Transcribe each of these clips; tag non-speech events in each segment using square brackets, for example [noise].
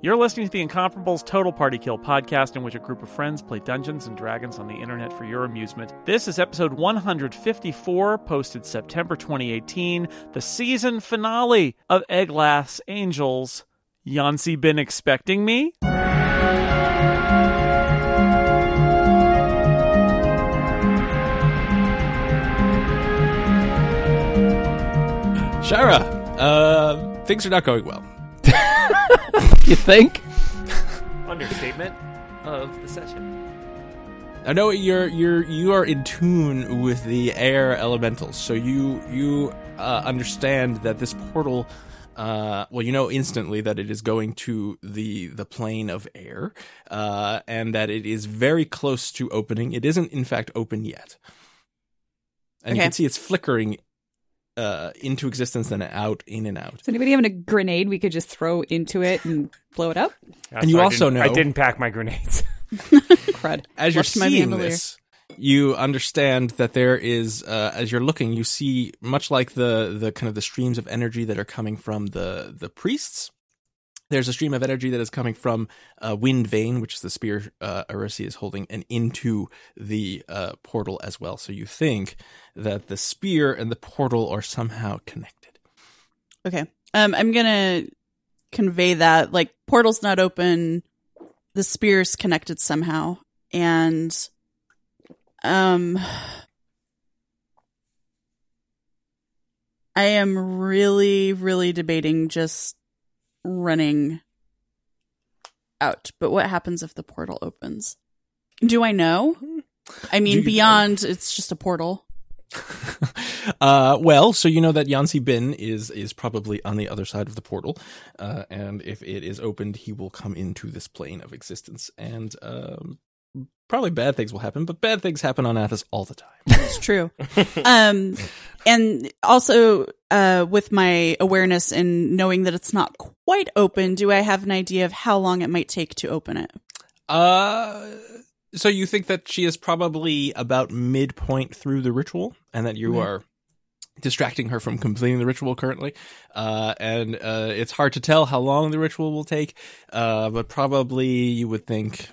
You're listening to the Incomparables Total Party Kill podcast, in which a group of friends play Dungeons and Dragons on the internet for your amusement. This is episode 154, posted September 2018, the season finale of Eglath's Angels. Yancey been expecting me? Shara, uh, things are not going well. You think? understatement of the session. I know you're you're you are in tune with the air elementals, so you you uh, understand that this portal. Uh, well, you know instantly that it is going to the the plane of air, uh, and that it is very close to opening. It isn't, in fact, open yet, and you Okay. can see it's flickering uh, into existence, then out, in and out. Does anybody having a grenade we could just throw into it and blow it up? And you I also didn't- know- I didn't pack my grenades. Crud. as you're Left my seeing bandolier. this, you understand that there is, uh, as you're looking, you see much like the the kind of the streams of energy that are coming from the the priests. There's a stream of energy that is coming from uh, Wind Vein, which is the spear uh, Arisi is holding, and into the uh, portal as well. So you think that the spear and the portal are somehow connected. Okay. Um, I'm gonna convey that like portal's not open, the spear's connected somehow, and um, I am really, really debating just running out. But what happens if the portal opens? Do I know? I Do mean, you- beyond it's just a portal. [laughs] uh, well, so you know that Yansi Bin is is probably on the other side of the portal, uh, and if it is opened, he will come into this plane of existence, and um, probably bad things will happen. But bad things happen on Athos all the time. It's true. um, and also, uh, with my awareness and knowing that it's not quite open, do I have an idea of how long it might take to open it? uh, so you think that she is probably about midpoint through the ritual, and that you are. Distracting her from completing the ritual currently, uh, and uh, it's hard to tell how long the ritual will take, uh, but probably you would think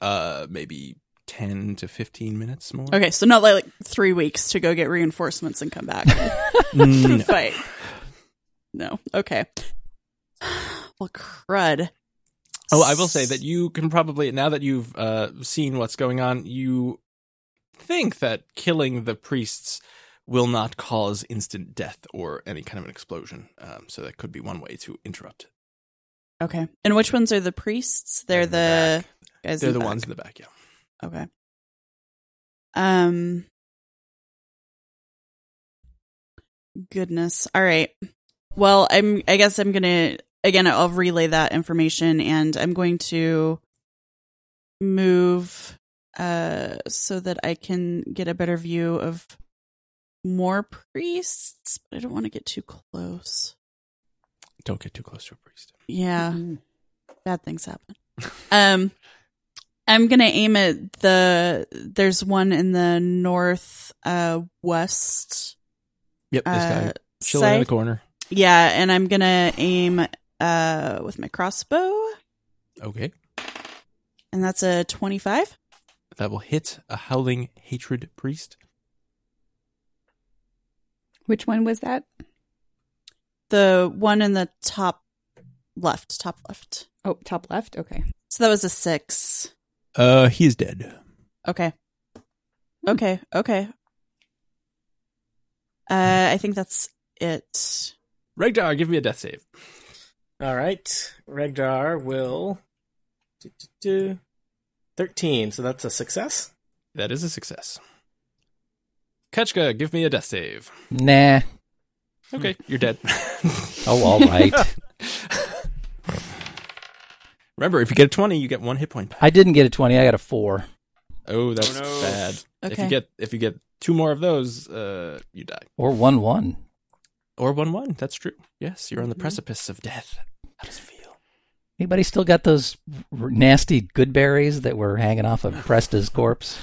uh maybe 10 to 15 minutes more Okay, so not like three weeks to go get reinforcements and come back and Mm, [laughs] fight. No. Okay. [sighs] Well, crud. oh i will say that you can probably now that you've uh seen what's going on you think that killing the priests will not cause instant death or any kind of an explosion um so that could be one way to interrupt Okay. And which ones are the priests? They're In the the, guys. they're in the back. ones in the back yeah Okay. Um goodness. All right. Well, I'm I guess I'm going to again I'll relay that information and I'm going to move uh so that I can get a better view of more priests, but I don't want to get too close. don't get too close to a priest Yeah bad things happen. um, I'm gonna aim at the. There's one in the north uh, west yep this uh, guy chilling in the side. corner Yeah, and I'm gonna aim uh with my crossbow, okay and that's a 25. that will hit a howling hatred priest Which one was that? The one in the top left, top left. Oh, top left. Okay. So that was a six. uh he is dead Okay. Okay. Okay. Uh, I think that's it. Ragnar, give me a death save. All right, Regdar will. do, do, do. Thirteen, so that's a success. That is a success. Ketchka, give me a death save. Nah. Okay, you're dead. [laughs] Oh, all right. Remember, if you get a 20, you get one hit point. back. [laughs] I didn't get a 20. I got a 4. Oh, that's Oh, no. bad. If you Okay. get if you get two more of those, uh, you die. Or 1 1. Or one one. That's true. Yes, you're on the Mm-hmm. precipice of death. How does it feel? Anybody still got those r- nasty good berries that were hanging off of Presta's corpse?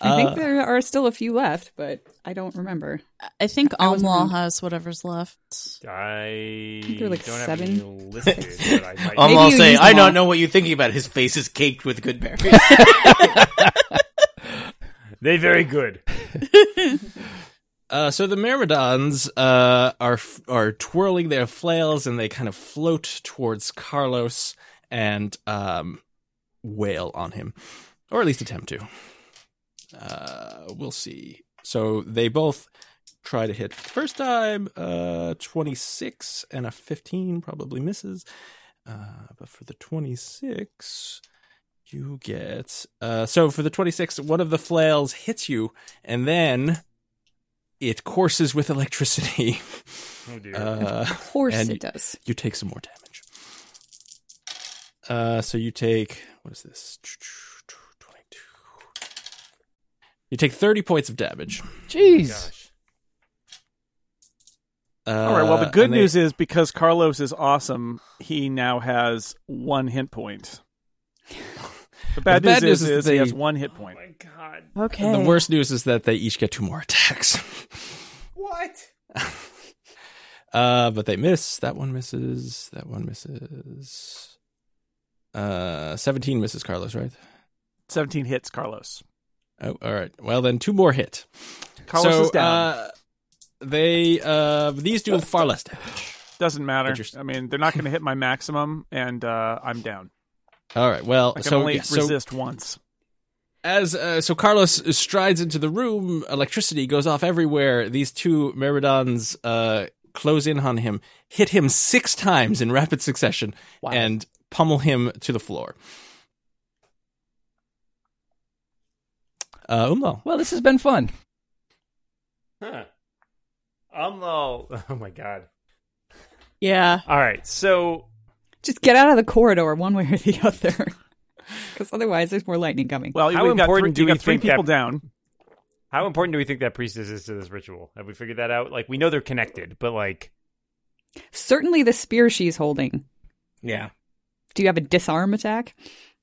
I Uh, think there are still a few left, but I don't remember. I think I wasn't Almlaw on- has whatever's left. I there were, like, don't have seven. any listed, but I might. Maybe I'm all you saying, used I them all." don't know what you're thinking about. His face is caked with good berries. they very good. Uh, so the myrmidons uh, are are twirling their flails and they kind of float towards Carlos and um, wail on him, or at least attempt to. Uh, we'll see. So they both try to hit first time. Uh, twenty six and a fifteen probably misses, uh, but for the twenty six. You get uh, so for the twenty six, one of the flails hits you, and then it courses with electricity. [laughs] Oh, dear. Uh, Of course and it does. you take some more damage. Uh, so you take what is this? Twenty-two. You take thirty points of damage. Jeez. Oh Gosh. Uh, All right. Well, the good and they- news is because Carlos is awesome, he now has one hit point. The bad, bad news, news is is, is they- he has one hit point. Oh my god. Okay. the worst news is that they each get two more attacks. What? [laughs] Uh, but they miss. That one misses. That one misses. Uh, seventeen misses Carlos, right? Seventeen hits Carlos. Oh, all right. Well, then two more hit. Carlos so, is down. Uh, they uh, these do far less damage. Doesn't matter. Interesting. I mean, they're not going to hit my maximum, and uh, I'm down. All right. Well, I can so only yeah, so resist once. as uh, so Carlos strides into the room, electricity goes off everywhere. These two Meridons uh, close in on him, hit him six times in rapid succession, Wow. and pummel him to the floor. Uh, Umlo. Well, this has been fun. Huh. I'm all. Oh my god. Yeah. [laughs] All right. So Just get out of the corridor one way or the other. [laughs] Because otherwise, there's more lightning coming. Well, How we've got three, important do you we got three think people that- down. How important do we think that priestess is to this ritual? Have we figured that out? Like, we know they're connected, but like, Certainly the spear she's holding. yeah. Do you have a disarm attack?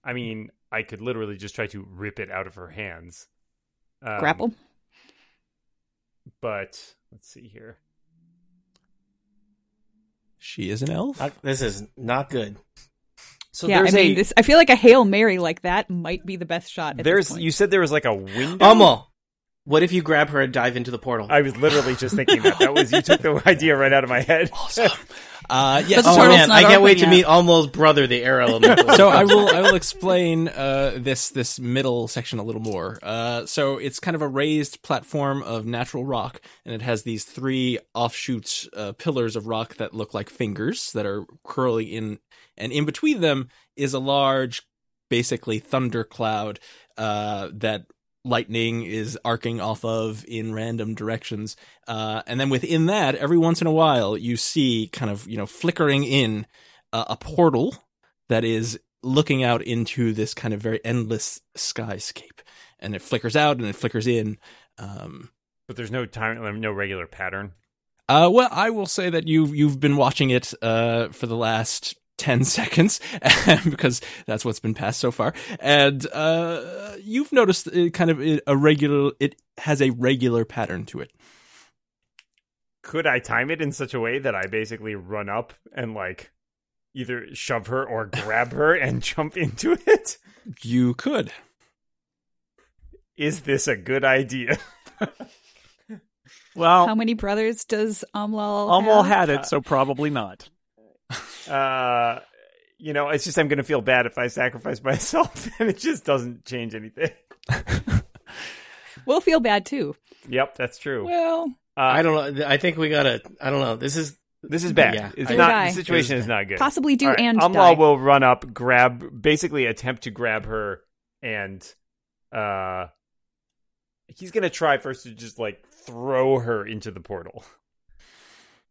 I mean, I could literally just try to rip it out of her hands. Um, Grapple? But let's see here. She is an elf. Not- this is not good. So yeah, I there's mean, a this, I feel like a Hail Mary like that might be the best shot. At there's this point. you said there was like a window. Amal, what if you grab her and dive into the portal? I was literally just thinking that. That was you took the idea right out of my head. Awesome. Uh, yeah. But the oh portal's man, not I can't open wait yet. to meet Amal's brother, the air [laughs] [laughs] elemental. so I will I will explain uh, this this middle section a little more. Uh, so it's kind of a raised platform of natural rock, and it has these three offshoot uh, pillars of rock that look like fingers that are curling in, and in between them is a large, basically thundercloud uh, that lightning is arcing off of in random directions. Uh, and then within that, every once in a while, you see kind of you know flickering in. Uh, a portal that is looking out into this kind of very endless skyscape and it flickers out and it flickers in um But there's no time, no regular pattern. uh well i will say that you've you've been watching it uh for the last 10 [laughs] seconds because that's what's been passed so far and uh you've noticed it kind of a regular it has a regular pattern to it Could I time it in such a way that I basically run up and like either shove her or grab her and [laughs] jump into it? you could Is this a good idea? How Well, many brothers does Amlal Amal have? uh, had it, so probably not. Uh, you know, it's just I'm going to feel bad if I sacrifice [laughs] myself, and it just doesn't change anything. We'll feel [laughs] bad too. Yep, that's true. Well, uh, I don't know. I think we gotta. I don't know. This is This is bad. Yeah, it's I- not. Die. The situation is not good. possibly do All right, and Amla die. will run up, grab, basically attempt to grab her, and uh, he's gonna try first to just like throw her into the portal,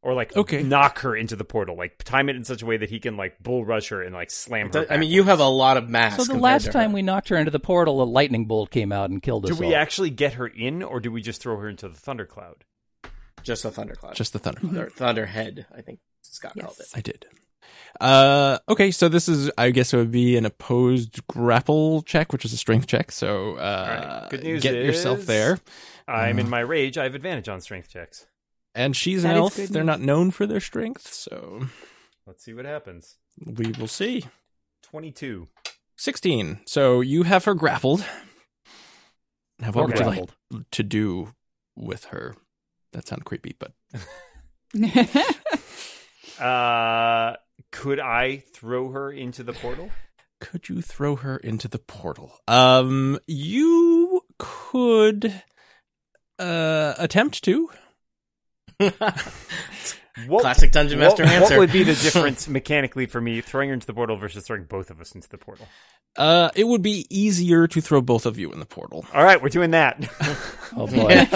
or like Okay. knock her into the portal, like time it in such a way that he can like bull rush her and like slam her. I mean, you have a lot of mass. So the compared to last her. time we knocked her into the portal, a lightning bolt came out and killed us do we all. actually get her in, or do we just throw her into the thundercloud? just a thundercloud, just the thunder Thunder- thunderhead, I think Scott Yes. called it. i did Uh, okay, so this is, I guess, it would be an opposed grapple check, which is a strength check. So, uh, Alright, good news get yourself is- there. I'm in Uh. my rage. I have advantage on strength checks. And she's That an is elf; good they're news. not known for their strength, so Let's see what happens. we will see. 22. 16. So you have her grappled. Now, what Or would grappled. you like to do with her? That sounds creepy, but Uh, could I throw her into the portal? could you throw her into the portal? Um, you could uh attempt to. What, Classic Dungeon Master what, answer. What would be [laughs] the difference mechanically for me throwing her into the portal versus throwing both of us into the portal? Uh, it would be easier to throw both of you in the portal. All right, we're [laughs] doing that. [laughs] Oh boy!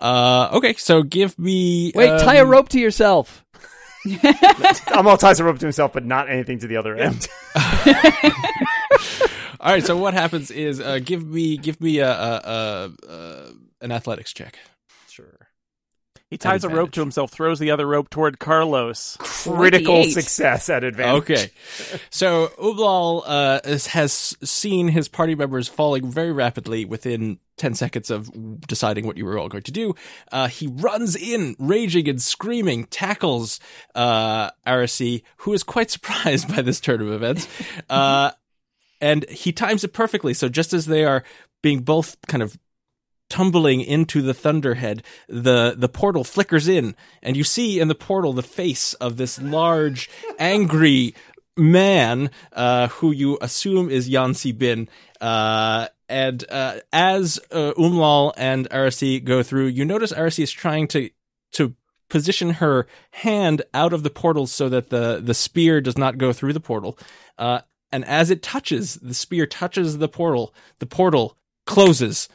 Uh, okay, so give me Wait, um, tie a rope to yourself. Amal ties a rope to himself, but not anything to the other end. [laughs] All right, so what happens is uh, give me give me a, a, a, a an athletics check. Sure. He ties a rope advantage. to himself, throws the other rope toward Carlos. Critical 48. success at advantage. Okay. So Ublal uh, is- has seen his party members falling very rapidly within 10 seconds of deciding what you were all going to do. Uh, he runs in, raging and screaming, tackles uh, Arasi, who is quite [laughs] surprised by this turn of events. Uh, and he times it perfectly. So just as they are being both kind of tumbling into the thunderhead the the portal flickers in and you see in the portal the face of this large angry man uh, who you assume is Yancy Bin uh, and uh, as uh, Umlal and Arasi go through you notice Arasi is trying to to position her hand out of the portal so that the the spear does not go through the portal uh, and as it touches the spear touches the portal the portal closes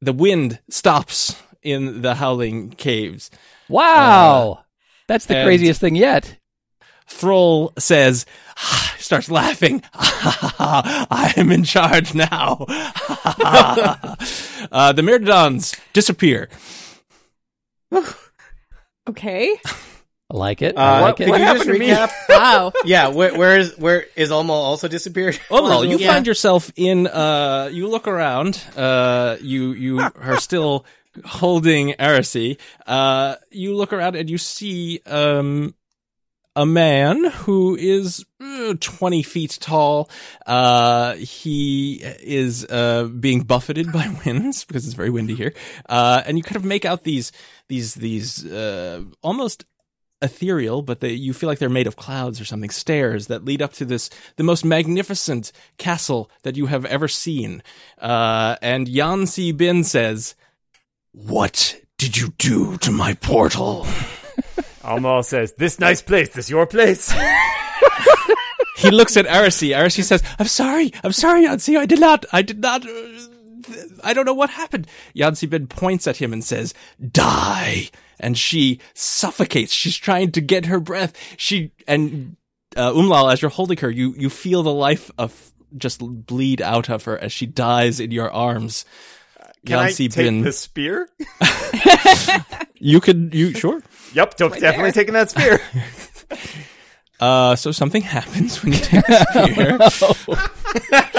the wind stops in the howling caves. Wow, uh, that's the and- craziest thing yet. Thrall says, "Ah," starts laughing. [laughs] I am in charge now. [laughs] uh, the Myrmidons disappear. okay. I like it. Uh, I like it. could you happened just to me? recap? [laughs] Wow. yeah, where, where is where is Alma also [laughs] disappeared? Oh, well, you Yeah. find yourself in. Uh, you look around. Uh, you you are still holding Arasi. Uh, you look around and you see um, a man who is uh, twenty feet tall. Uh, he is uh, being buffeted by [laughs] winds because it's very windy here. Uh, and you kind of make out these these these uh, almost ethereal, but they you feel like they're made of clouds or something. Stairs that lead up to this the most magnificent castle that you have ever seen. Uh, and Yan Si Bin says, "What did you do to my portal?" Amal says, This nice place, this your place. he looks at Arasi. Arasi says, "I'm sorry, I'm sorry, Yancy. I did not, I did not. Uh, th- I don't know what happened." Yancy Bin points at him and says, "Die!" And she suffocates. She's trying to get her breath. She and uh, Umlal, as you're holding her, you you feel the life of just bleed out of her as she dies in your arms. Can I Yancy take the spear? you could you sure. Yep, don't- definitely taking that spear. Uh, so something happens when you take [laughs] the spear. [laughs]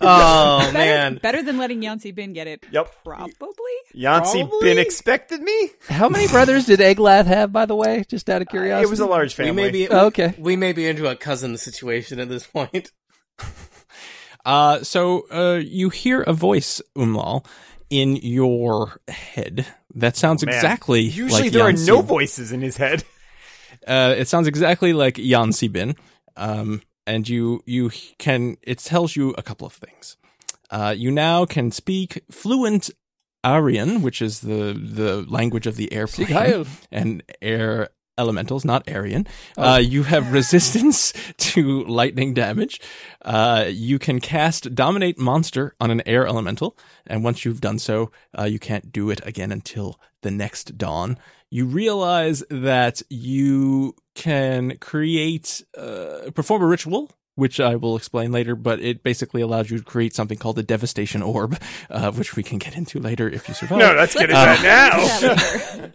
Oh Better, man, better than letting Yancy Bin get it. Yep. Probably. Yancy Probably. been expected me? How many brothers did Eglath have, by the way? Just out of curiosity. Uh, It was a large family. we may be Oh, okay. We may be into a cousin situation at this [laughs] point. Uh, so uh, you hear a voice, Umlal, in your head. That sounds Oh, Man, exactly Usually like there are Yancy. no voices in his head. Uh, it sounds exactly like Yan Bin. Um, and you you can it tells you a couple of things. Uh, you now can speak fluent Aryan, which is the the language of the airplane Sig Heil. and air elementals, not Aryan. Oh. Uh, you have resistance [laughs] to lightning damage. Uh, you can cast Dominate Monster on an air elemental, and once you've done so, uh, you can't do it again until the next dawn. You realize that you can create, uh, perform a ritual which I will explain later, but it basically allows you to create something called a devastation orb, [laughs] uh, which we can get into later if you survive. No, let's get into Uh, that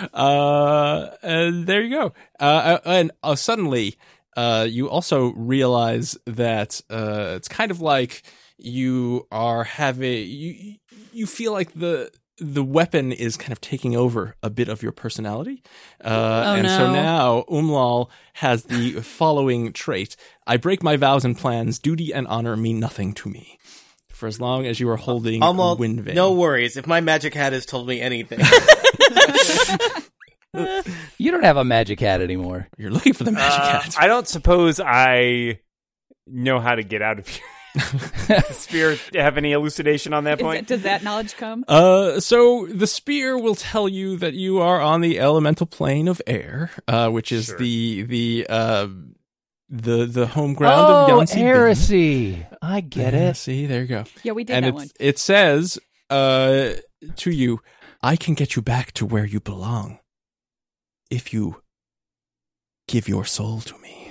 now. uh, and there you go. Uh, and uh, suddenly, uh, you also realize that uh, it's kind of like you are having you you feel like the the weapon is kind of taking over a bit of your personality. Uh, Oh, and so no. now Umlal has the following trait. I break my vows and plans. Duty and honor mean nothing to me. For as long as you are holding Almost wind vane. no worries. If my magic hat has told me [laughs] anything, You don't have a magic hat anymore. You're looking for the magic Uh, hat. I don't suppose I know how to get out of here. Does Spear have any elucidation on that Is point? that, does that [laughs] knowledge come? Uh, so the spear will tell you that you are on the elemental plane of air, uh, which is Sure. the the uh, the the home ground oh, of Yonsei. heresy. I get it. See, there you go. Yeah, we did and that it's, one. it says uh, to you, "I can get you back to where you belong if you give your soul to me."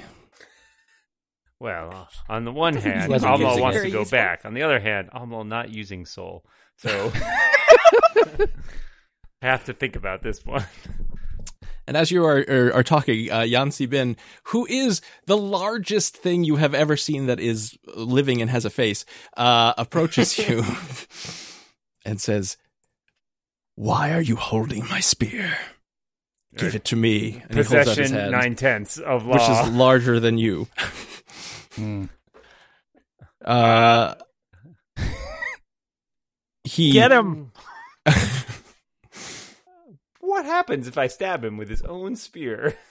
Well, uh, on the one hand, Wasn't Amal using wants it. to Very go useful. back. On the other hand, Amal not using soul. So [laughs] have to think about this one. And as you are are, are talking, uh, Yan Bin, who is the largest thing you have ever seen that is living and has a face, uh, [laughs] approaches you and says, "Why are you holding my spear? Give it to me." And he holds out his Possession hand, nine tenths of which law. is larger than [laughs] you. Hmm. [laughs] Uh, he Get him. what happens if I stab him with his own spear? [laughs]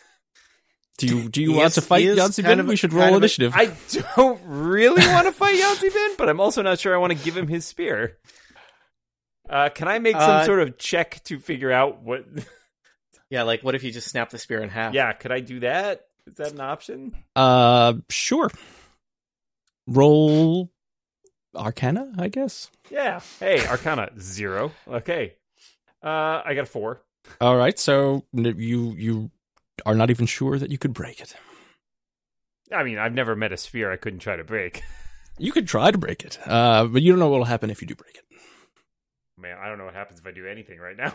Do you do you He want is- to fight he is Yan Bin? kind of a- we should kind roll of a- initiative. I don't really want to fight Yancy Bin, but I'm also not sure I want to give him his spear. Uh, can I make some Uh, sort of check to figure out [laughs] what? yeah. Like, what if you just snap the spear in half? yeah, could I do that? Is that an option? Uh, sure. Roll Arcana, I guess. Yeah. Hey, Arcana zero. Okay. Uh, I got a four. All right, so n- you you are not even sure that you could break it. I mean, I've never met a sphere I couldn't try to break. [laughs] You could try to break it, uh, but you don't know what will happen if you do break it. Man, I don't know what happens if I do anything right [laughs] [laughs] now.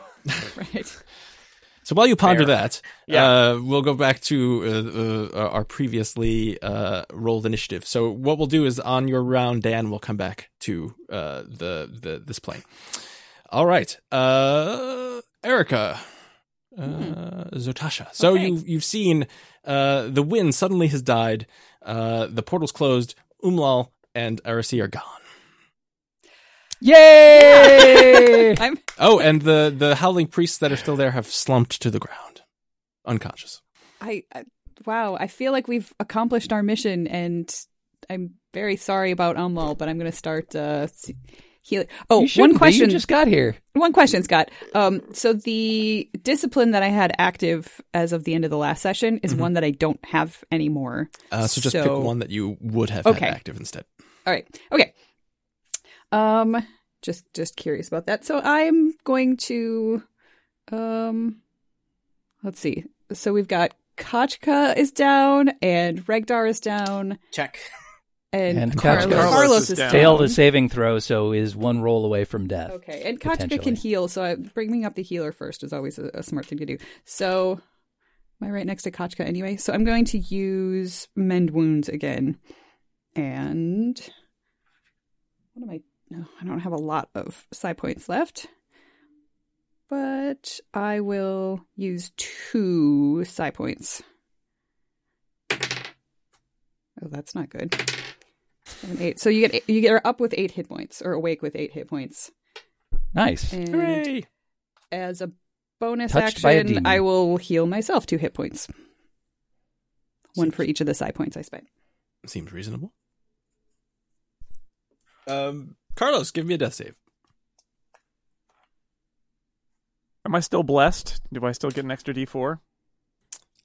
Right. So while you ponder Fair. that, Yeah. uh, we'll go back to uh, uh, our previously uh, rolled initiative. So what we'll do is on your round, Dan will come back to uh, the the this plane. All right, uh, Erica, uh, Mm-hmm. Zotasha. So Okay. you you've seen uh, the wind suddenly has died. Uh, the portal's closed. Umlal and Arasi are gone. Yay! I'm Oh, and the the howling priests that are still there have slumped to the ground, unconscious. I, I wow, I feel like we've accomplished our mission and I'm very sorry about Umlal, but I'm going to start uh s- healing. [laughs] Oh, You one shouldn't be. question. You just got here. One question, Scott. Um, so the discipline that I had active as of the end of the last session is one that I don't have anymore. Mm-hmm. Uh, so just pick So- one that you would have Okay. had active instead. All right. Okay. Um just just curious about that. So I'm going to um let's see. So we've got Kachka is down and Regdar is down Check. and, And Carlos, Kachka. Carlos Carlos is is down. down. Failed a saving throw, so is one roll away from death. Okay, and Kachka can potentially. heal, so I, bringing up the healer first is always a, a smart thing to do. So, am I right next to Kachka anyway? So I'm going to use Mend Wounds again, and what am I? No, I don't have a lot of psi points left, but I will use two psi points. Oh, that's not good. Seven, eight. So you get you get up with eight hit points, or awake with eight hit points. Nice. And Hooray! as a bonus Touched by a action, demon. I will heal myself two hit points. One for each of the side points I [laughs] spent. Seems reasonable. Um, Carlos, give me a death save. Am I still blessed? Do I still get an extra D4?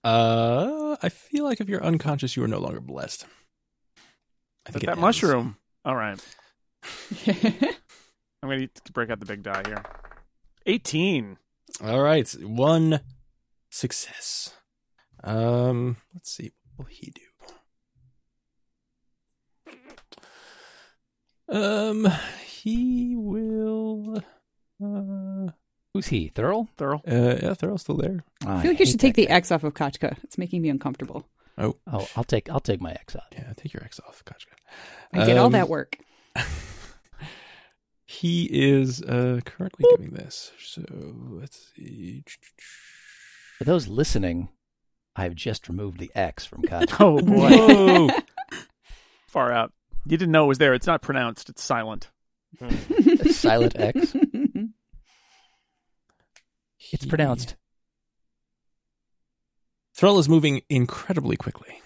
Uh, I feel like if you're unconscious, you are no longer blessed. I But it that ends. mushroom. All right. I'm going to break out the big die here. 18. All right, one success. Um, let's see. What will he do? Um, he will. Uh, Who's he? Thurl? Thurl. uh yeah, they're all still there. Oh, I feel like you hate should take that the X off of Kachka. It's making me uncomfortable. Oh, guy. Oh, I'll take I'll take my X off. yeah, take your X off. Gotcha. I did all Um, that work. He is uh currently doing this. So let's see. For those listening, I've just removed the X from [laughs] Kachka. Oh boy, Whoa! [laughs] far out. You didn't know it was there. It's not pronounced. It's silent. silent X. It's He- pronounced. Thrall is moving incredibly quickly.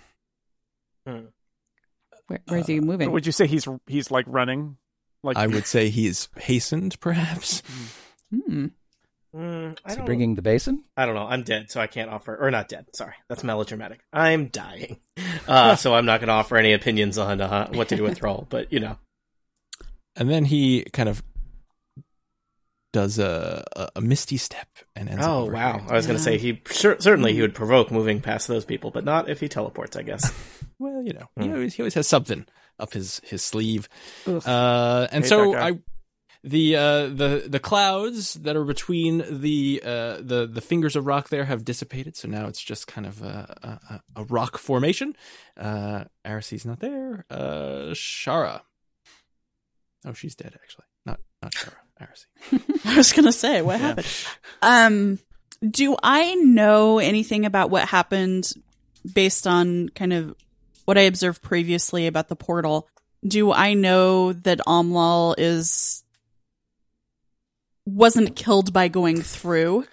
Where, where's he moving? Would you say he's he's like running? Like I would say he is hastened, perhaps. Hmm. Mm, I Is he don't, bringing the basin? I don't know. I'm dead, so I can't offer. Or not dead. Sorry, that's melodramatic. I'm dying, uh, so I'm not going to offer any opinions on uh, what to do with Thrall. But you know, And then he kind of does a a, a misty step and ends. up oh over wow, here. I was going to say he cer- certainly he would provoke moving past those people, but not if he teleports. I guess. Well, you know, he, Hmm. always, he always has something up his his sleeve. Ugh. Uh, and Hate so that guy. I, the uh, the the clouds that are between the uh, the the fingers of rock there have dissipated. So now it's just kind of a a, a- a rock formation. Uh, Arisi's not there. Uh, Shara. Oh, she's dead actually. Not not Shara. Arisi. I was gonna say what Yeah. happened. Um, do I know anything about what happened based on kind of what I observed previously about the portal? Do I know that Omlal is wasn't killed by going through?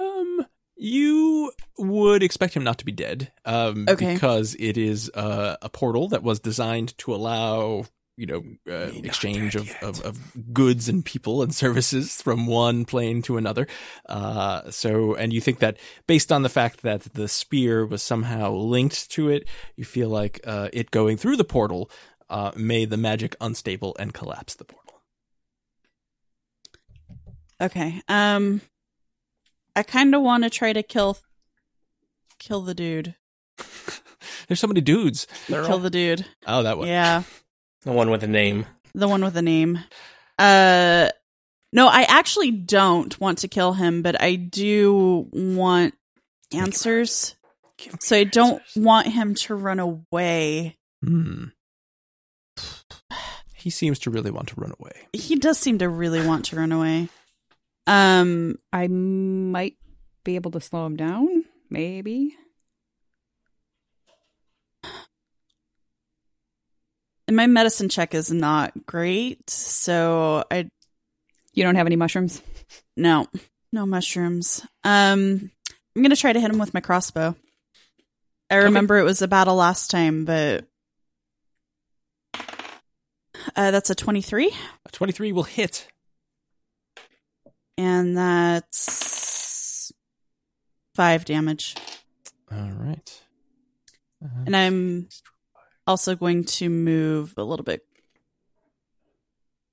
Um, you would expect him not to be dead. Um, Okay. because it is uh, a portal that was designed to allow you know uh, Maybe not exchange dead of, yet. of of goods and people and [laughs] services from one plane to another. Uh, so and you think that based on the fact that the spear was somehow linked to it, you feel like uh, it going through the portal uh, made the magic unstable and collapsed the portal. Okay. Um, I kind of want to try to kill kill the dude. There's so many dudes. Kill the dude. Oh, that one. Yeah. The one with a name. The one with the name. Uh no, I actually don't want to kill him, but I do want answers. Give me So I your don't answers. want him to run away. Hmm. [sighs] He seems to really want to run away. He does seem to really want to run away. Um I might be able to slow him down. Maybe. and my medicine check is not great, so I You don't have any mushrooms? no. No mushrooms. Um I'm going to try to hit him with my crossbow. I remember it was a battle last time, but uh, that's a 23. A 23 will hit. and that's five damage. All right. Uh, And I'm also going to move a little bit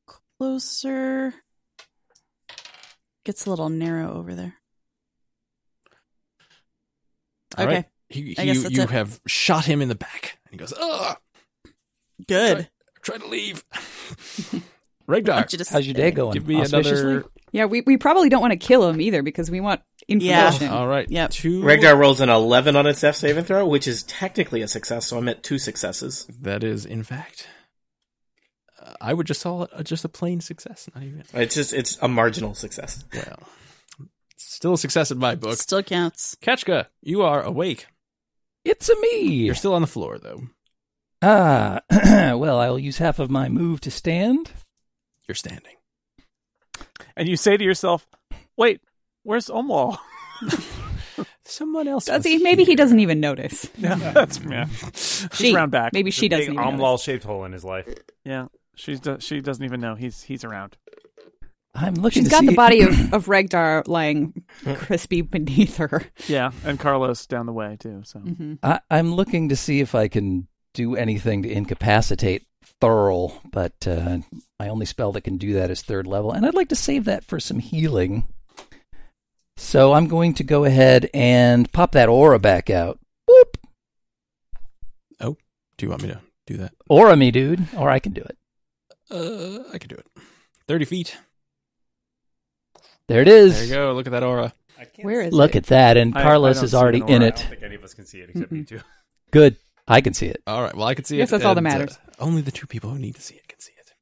closer. Gets a little narrow over there. all right. okay. He, I he- guess you that's you it. have shot him in the back. And he goes, ugh, Good. try to leave. [laughs] I Regdar, want you to How's your day stay. going? give me Auspiciously? another. Yeah, we, we probably don't want to kill him either because we want Yeah. information. Oh, All right. Yep. Two. Regdar rolls an 11 on its F saving throw, which is technically a success. So I'm at two successes. That is, in fact, uh, I would just call it uh, just a plain success. Not even. It's just it's a marginal success. [laughs] Well, still a success in my book. Still counts. Kachka, you are awake. It's a me. You're still on the floor, though. Ah, [clears throat] well, I will use half of my move to stand. You're standing. And you say to yourself, "Wait, where's Omwal?" Someone else. Does was he? Maybe he here. doesn't even notice. Yeah, [laughs] that's yeah. She. round back. Maybe she Big doesn't even notice. Omlal shaped hole in his life. Yeah, she's do- she doesn't even know he's he's around. I'm looking. She's to got see the body [clears throat] of, of Regdar lying crispy beneath her. Yeah, and Carlos down the way too. So Mm-hmm. [laughs] I, I'm looking to see if I can do anything to incapacitate Thurl, but uh, my only spell that can do that is third level, and I'd like to save that for some healing. So I'm going to go ahead and pop that aura back out. Whoop! Do you want me to do that? Aura me, dude. Or I can do it. Uh, I can do it. Thirty feet. There it There you is. go. Look at that aura. I can't Where is Look it? at that. And I- I Carlos don't is see an already aura. in I it. don't think any of us can see it except you two. Good. I can see it. All right. Well, I can see Yes, it. that's all that and, uh, matters. only the two people who need to see it can see it.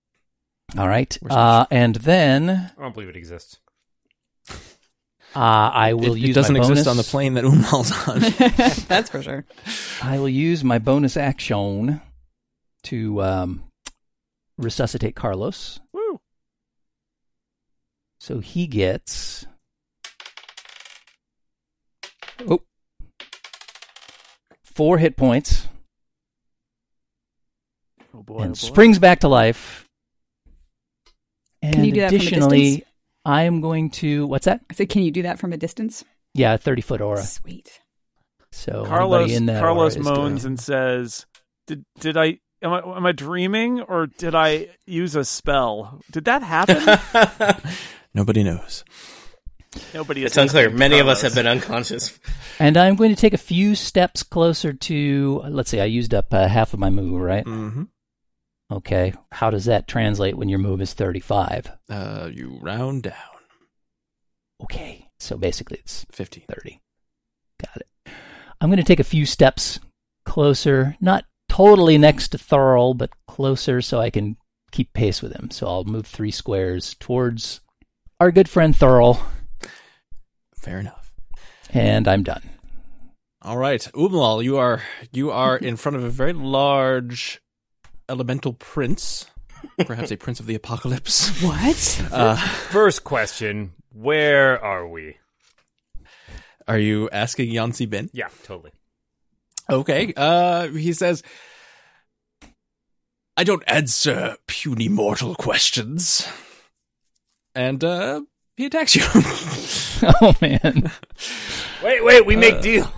All right. We're Uh, and then uh, I don't believe it exists. I will it, use it doesn't my exist bonus. on the plane that Umal's on. [laughs] That's for sure. I will use my bonus action to um, resuscitate Carlos. Woo! So he gets. Oh. Four hit points Oh boy. and oh boy. springs back to life. And you do that from a additionally, distance? I am going to. What's that? I said, can you do that from a distance? Yeah, 30 foot aura. Sweet. So Carlos anybody in that Carlos aura is moans doing- and says, "Did did I am I am I dreaming or did I use a spell? Did that [laughs] happen? Nobody knows. Nobody is It's unclear. listening to Many of us have Carlos. been uh, unconscious. And I'm going to take a few steps closer to. Let's see, I used up uh, half of my move, right? Mm-hmm. Okay. How does that translate when your move is 35? Uh, you round down Okay. So basically, it's fifty. 30. Got it. I'm going to take a few steps closer, not totally next to Thurl, but closer so I can keep pace with him. So I'll move three squares towards our good friend Thurl, Fair enough. and I'm done. [laughs] All right, Umlal, you are you are in front of a very large elemental [laughs] prince, perhaps a prince of the apocalypse. What? Uh, First question: Where are we? [laughs] are you asking Yancy Bin? Yeah, totally. Okay. Uh, he says, "I don't answer puny mortal questions," and uh, he attacks you. [laughs] oh, man. Wait, wait. We Uh. make deal.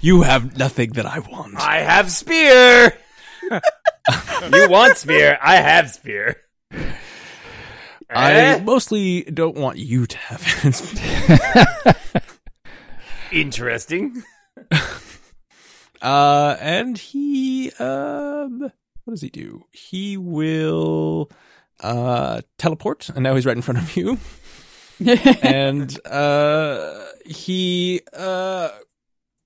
you have nothing that I want. I have spear. [laughs] you want spear? I have spear. I Eh? mostly don't want you to have [laughs] it. Interesting. Uh, and he, um, what does he do? He will, uh, teleport, and now he's right in front of you. and, uh, he, uh,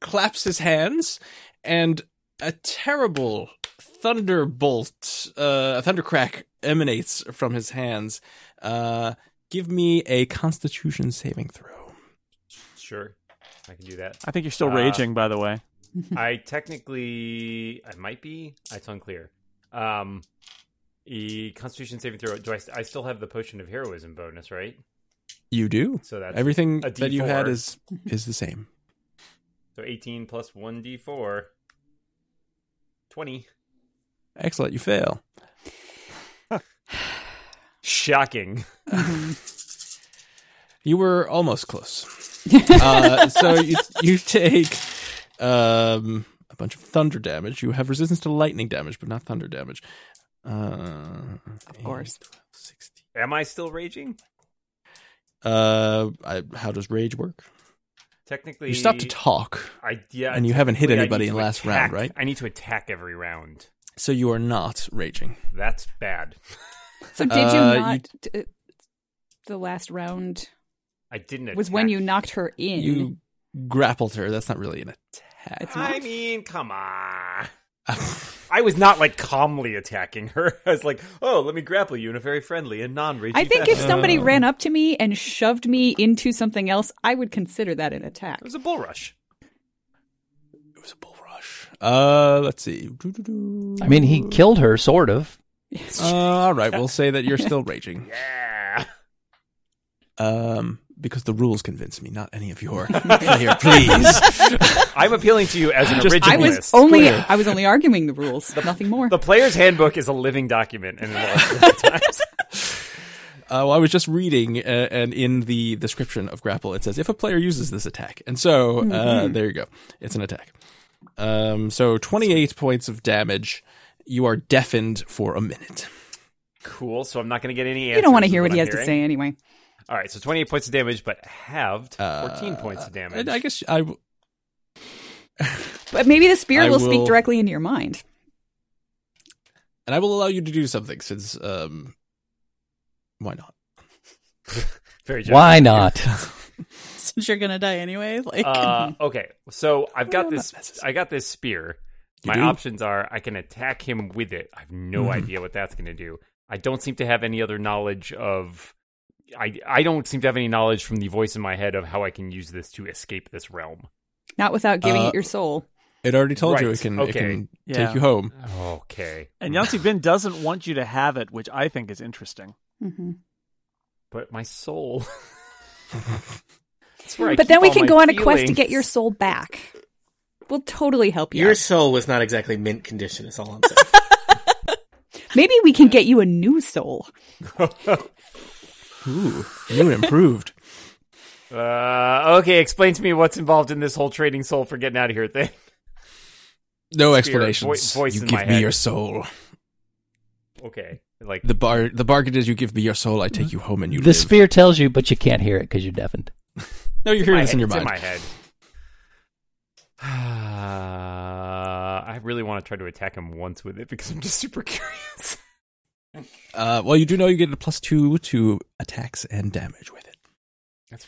claps his hands, and a terrible thunderbolt, uh, a thundercrack emanates from his hands. Uh, give me a constitution saving throw. Sure, I can do that. I think you're still Uh, raging, by the way. I technically, I might be. It's unclear. Um, e Constitution saving throw. Do I? I still have the potion of heroism bonus, right? You do. So that's Everything a that you had D4. is, is the same. So 18 plus 1d4. 20. Excellent. You fail. Shocking. You were almost close. uh, so you, you take um, a bunch of thunder damage. You have resistance to lightning damage, but not thunder damage. Uh, of course. Am I still raging? Uh, I, how does rage work? Technically, You stop to talk, I, yeah, and you haven't hit technically I anybody need in to last attack- round, right? I need to attack every round. so you are not raging. That's bad. so did you Uh, you- not? d- the last round I didn't. was when attack. you knocked her in. You grappled her. That's not really an [laughs] attack. It's not. I mean, come on. I was not like calmly attacking her. [laughs] I was like, "Oh, let me grapple you in a very friendly and non-raging." I think if fashion. somebody Uh. ran up to me and shoved me into something else, I would consider that an attack. it was a bull rush. it was a bull rush. Uh, let's see. Doo-doo-doo. I mean, he killed her, sort of. Uh, all right, we'll say that you're still raging. Yeah. Um, because the rules convince me, not any of your player, please. I'm appealing to you as an Just- [laughs] I originalist. was only I was only arguing the rules, nothing more. The player's handbook is a living document, [laughs] and it times. [laughs] Uh, well, I was just reading, uh, and in the description of grapple, it says if a player uses this attack, and so uh, there you go, it's an attack. Um, so twenty-eight points of damage. You are deafened for a minute. cool. So I'm not going to get any. you don't want to hear what I'm he has hearing. to say anyway. All right, so 28 points of damage, but halved Uh, 14 points of damage. And I guess I. w- But maybe the spear I will, will- speak directly into your mind. and I will allow you to do something since um, why not? Very generous. Why not? [laughs] since you're gonna die anyway. Like, Uh, okay, so I've got this. necessary. I got this spear. You My do? options are: I can attack him with it. I have no Mhm. idea what that's going to do. I don't seem to have any other knowledge of. I I don't seem to have any knowledge from the voice in my head of how I can use this to escape this realm. Not without giving Uh, it your soul. It already told you Right, it can it okay. can Yeah. take you home. Okay, And Yancy Bin doesn't want you to have it, which I think is interesting. hmm but my [laughs] soul. That's where I But keep then we all can my go on a quest to feelings. get your soul back. We'll totally help you. Your out. soul was not exactly mint condition. Is all I'm saying. Maybe we can get you a new soul. Ooh, new and improved. Uh, okay, explain to me what's involved in this whole trading soul for getting out of here thing. No Spirit, explanations. voi- voice you in give my me head. your soul. Okay, like The bar the bargain is you give me your soul, I take you home and you the live. spear tells you, but you can't hear it because you're deafened. no, you're my hearing this in head- your it's mind. my head. [sighs] I really want to try to attack him once with it because I'm just super [laughs] curious. Uh, well, you do know you get a plus two to attacks and damage with it.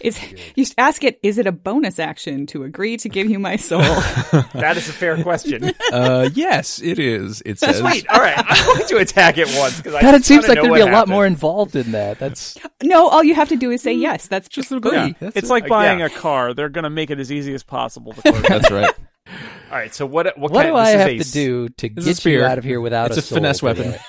Is [laughs] you should ask it? Is it a bonus action to agree to give you [laughs] my soul? That is a fair [laughs] question. Uh, [laughs] yes, it is. It says Sweet. All right, I'm going to attack it once because I. God, it just seems wanna like know there'd what be a lot more happens. involved in that. That's no, all you have to do is say yes. That's just Yeah, agree. that's it's it. like Like, buying yeah. a car. They're going to make it as easy as possible. [laughs] To close That's [laughs] right. All right, so what? What, what kind, do I this have is to a, s- do to It's a get you spear. out of here without It's a a soul finesse weapon. today?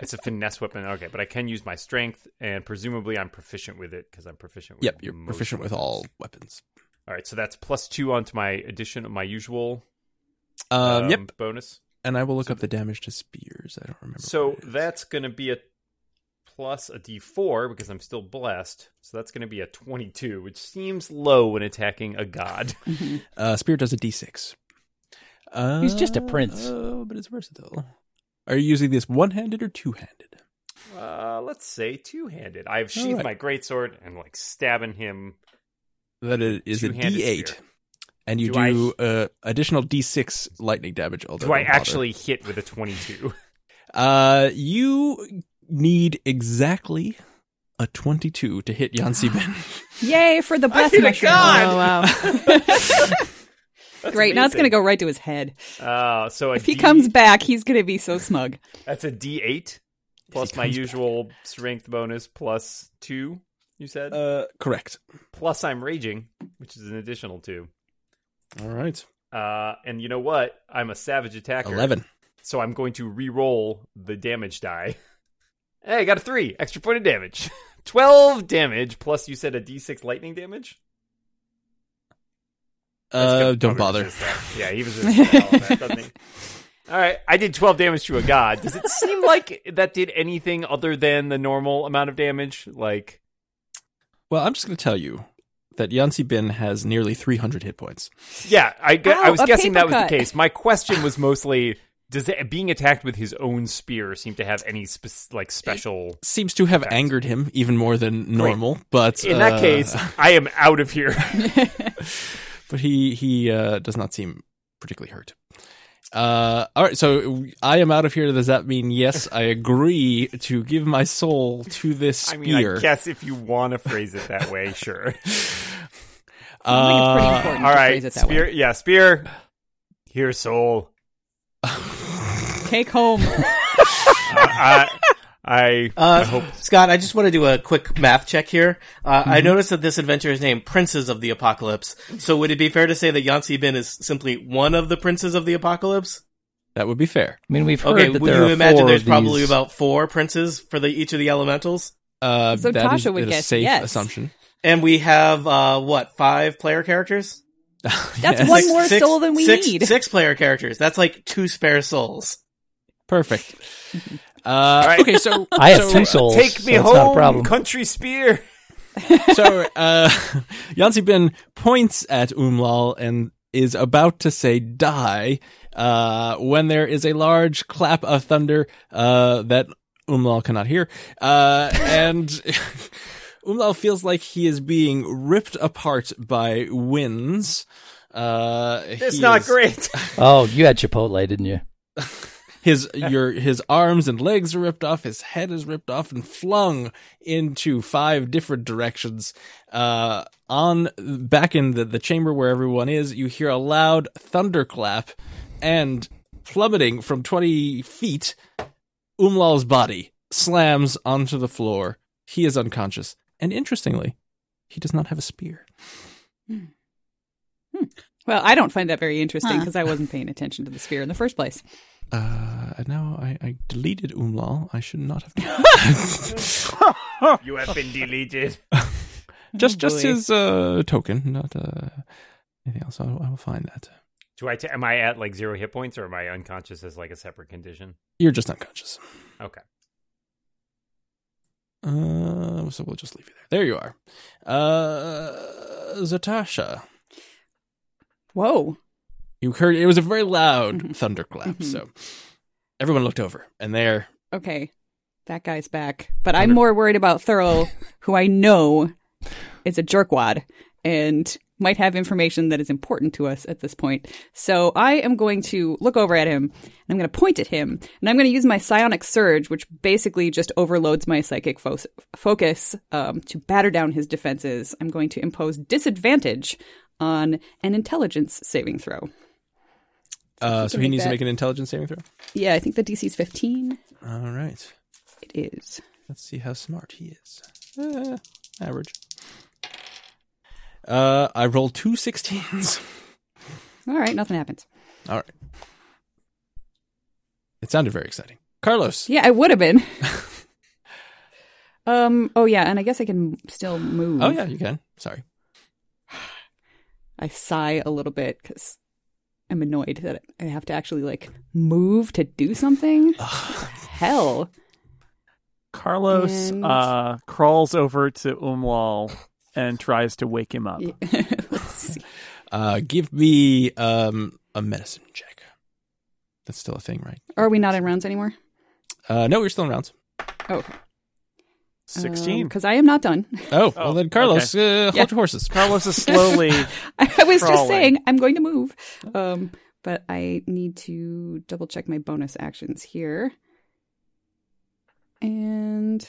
It's a finesse weapon. Okay, but I can use my strength, and presumably I'm proficient with it because I'm proficient. with Yep, you're most proficient with all weapons. weapons. All right, so that's plus two onto my addition of my usual Um, um, yep, bonus. and I will look up the damage to spears. I don't remember. So what it is. that's going to be a plus a d4 because I'm still blessed. So that's going to be a 22, which seems low when attacking [laughs] a god. uh, spear does a d6. Uh, He's just a prince. Oh, but it's versatile. Are you using this one-handed or two-handed? uh, let's say two-handed. I've sheathed Alright. my greatsword and like stabbing him. That it is a Two-handed d8, spear. and you Do I- do, uh, additional d6 lightning damage. although Do I don't bother. actually hit with [laughs] a 22? Uh, you need exactly a 22 to hit Yancy [gasps] Bin. Yay for the blessed hit a mushroom. god! oh wow, [laughs] [laughs] Great. Now it's gonna go right to his head. Uh, so a If he D- comes back, he's gonna be so smug. that's a d8 plus my comes back. usual strength bonus plus 2, you said? uh, correct. plus I'm raging, which is an additional 2. All right. Uh, and you know what? I'm a savage attacker. 11. So I'm going to re-roll the damage die. [laughs] Hey, I got a three. Extra point of damage. [laughs] Twelve damage plus you said a D6 lightning damage. That's Uh, gonna don't probably bother. resist that. Yeah, he was just all that, doesn't he? All right, I did twelve damage to a god. Does it seem like that did anything other than the normal amount of damage? Like, Well, I'm just going to tell you that Yancy Bin has nearly 300 hit points. yeah, I, gu- I Ow, was Oh, a guessing that paper was cut. the case. My question was mostly: Does it, being attacked with his own spear seem to have any spec- like special? Seems to have Fact. angered him even more than normal, but In that uh, [laughs] case, I am out of here. but he he uh, does not seem particularly hurt. Uh, all right, so I am out of here. Does that mean yes? I agree to give my soul to this I spear. mean, I guess if you want to phrase it that way, [laughs] sure. I think it's pretty Uh, important All to right, phrase it that spear. way. Yeah, spear. Here, soul. Take home. [laughs] I, I, [laughs] I hope. Uh, Scott, I just want to do a quick math check here. Uh, I Mm-hmm. noticed that this adventure is named Princes of the Apocalypse. So would it be fair to say that Yancy Bin is simply one of the princes of the apocalypse? That would be fair. I mean, we've heard Okay, that would there you are imagine four there's of probably these- about four princes for the each of the elementals? Uh, So that is- Tasha would it is guess a safe yes. assumption. [laughs] And we have uh, what, five player characters? That's Yes. one more soul than we six- need. Six player characters. That's like two spare souls. [laughs] Perfect. Uh, right. Okay, so I have so, two souls. Take me Oh, so home, It's not a problem. country spear. so uh, [laughs] Yancy Bin points at Umlal and is about to say die uh, when there is a large clap of thunder uh, that Umlal cannot hear. Uh, and [laughs] Umlal feels like he is being ripped apart by winds. Uh, That's he not is- great. [laughs] Oh, you had Chipotle, didn't you? His your his arms and legs are ripped off. His head is ripped off and flung into five different directions. Uh, on back in the, the chamber where everyone is, you hear a loud thunderclap, and plummeting from twenty feet, Umlal's body slams onto the floor. He is unconscious, and interestingly, he does not have a spear. Well, I don't find that very interesting Huh. because I wasn't paying attention to the sphere in the first place. Uh, now I, I deleted Umlal. I should not have. You have been deleted. just just boy. his uh, token, not uh, anything else. I will, I will find that. Do I? T- am I at like zero hit points, or am I unconscious as like a separate condition? You're just unconscious. Okay. Uh, so we'll just leave you there. There you are. Uh, Zatasha, Whoa. you heard it was a very loud Mhm. thunderclap. Mhm. So everyone looked over, and there Okay. That guy's back. But I'm more worried about Thurl, who I know is a jerkwad and might have information that is important to us at this point. So I am going to look over at him and I'm going to point at him and I'm going to use my psionic surge, which basically just overloads my psychic fo- focus um, to batter down his defenses. I'm going to impose disadvantage on an intelligence saving throw. Uh, You so he can make needs to that. make an intelligence saving throw. Yeah, I think the DC is 15. All right. It is. Let's see how smart he is. Uh, average. Uh, I rolled two 16s. All right, nothing happens. [laughs] All right. It sounded very exciting. Carlos. Yeah, it would [laughs] have been. [laughs] um. Oh yeah, and I guess I can still move. Oh yeah, you can. Sorry. I sigh a little bit because I'm annoyed that I have to actually like move to [sighs] do something. Hell. [laughs] [laughs] Carlos And- uh, crawls over to Umlal and tries to wake him up. Yeah. Let's see. Uh, give me um a medicine check. That's still a thing, right? Are we not in rounds anymore? Uh, no, we're still in rounds. Oh, okay. 16. Because Um, I am not done. Oh, well then, Carlos, uh, hold Yeah. your horses. Carlos is [laughs] slowly. [laughs] I, I was Crawling. just saying I'm going to move. Um, but I need to double check my bonus actions here. And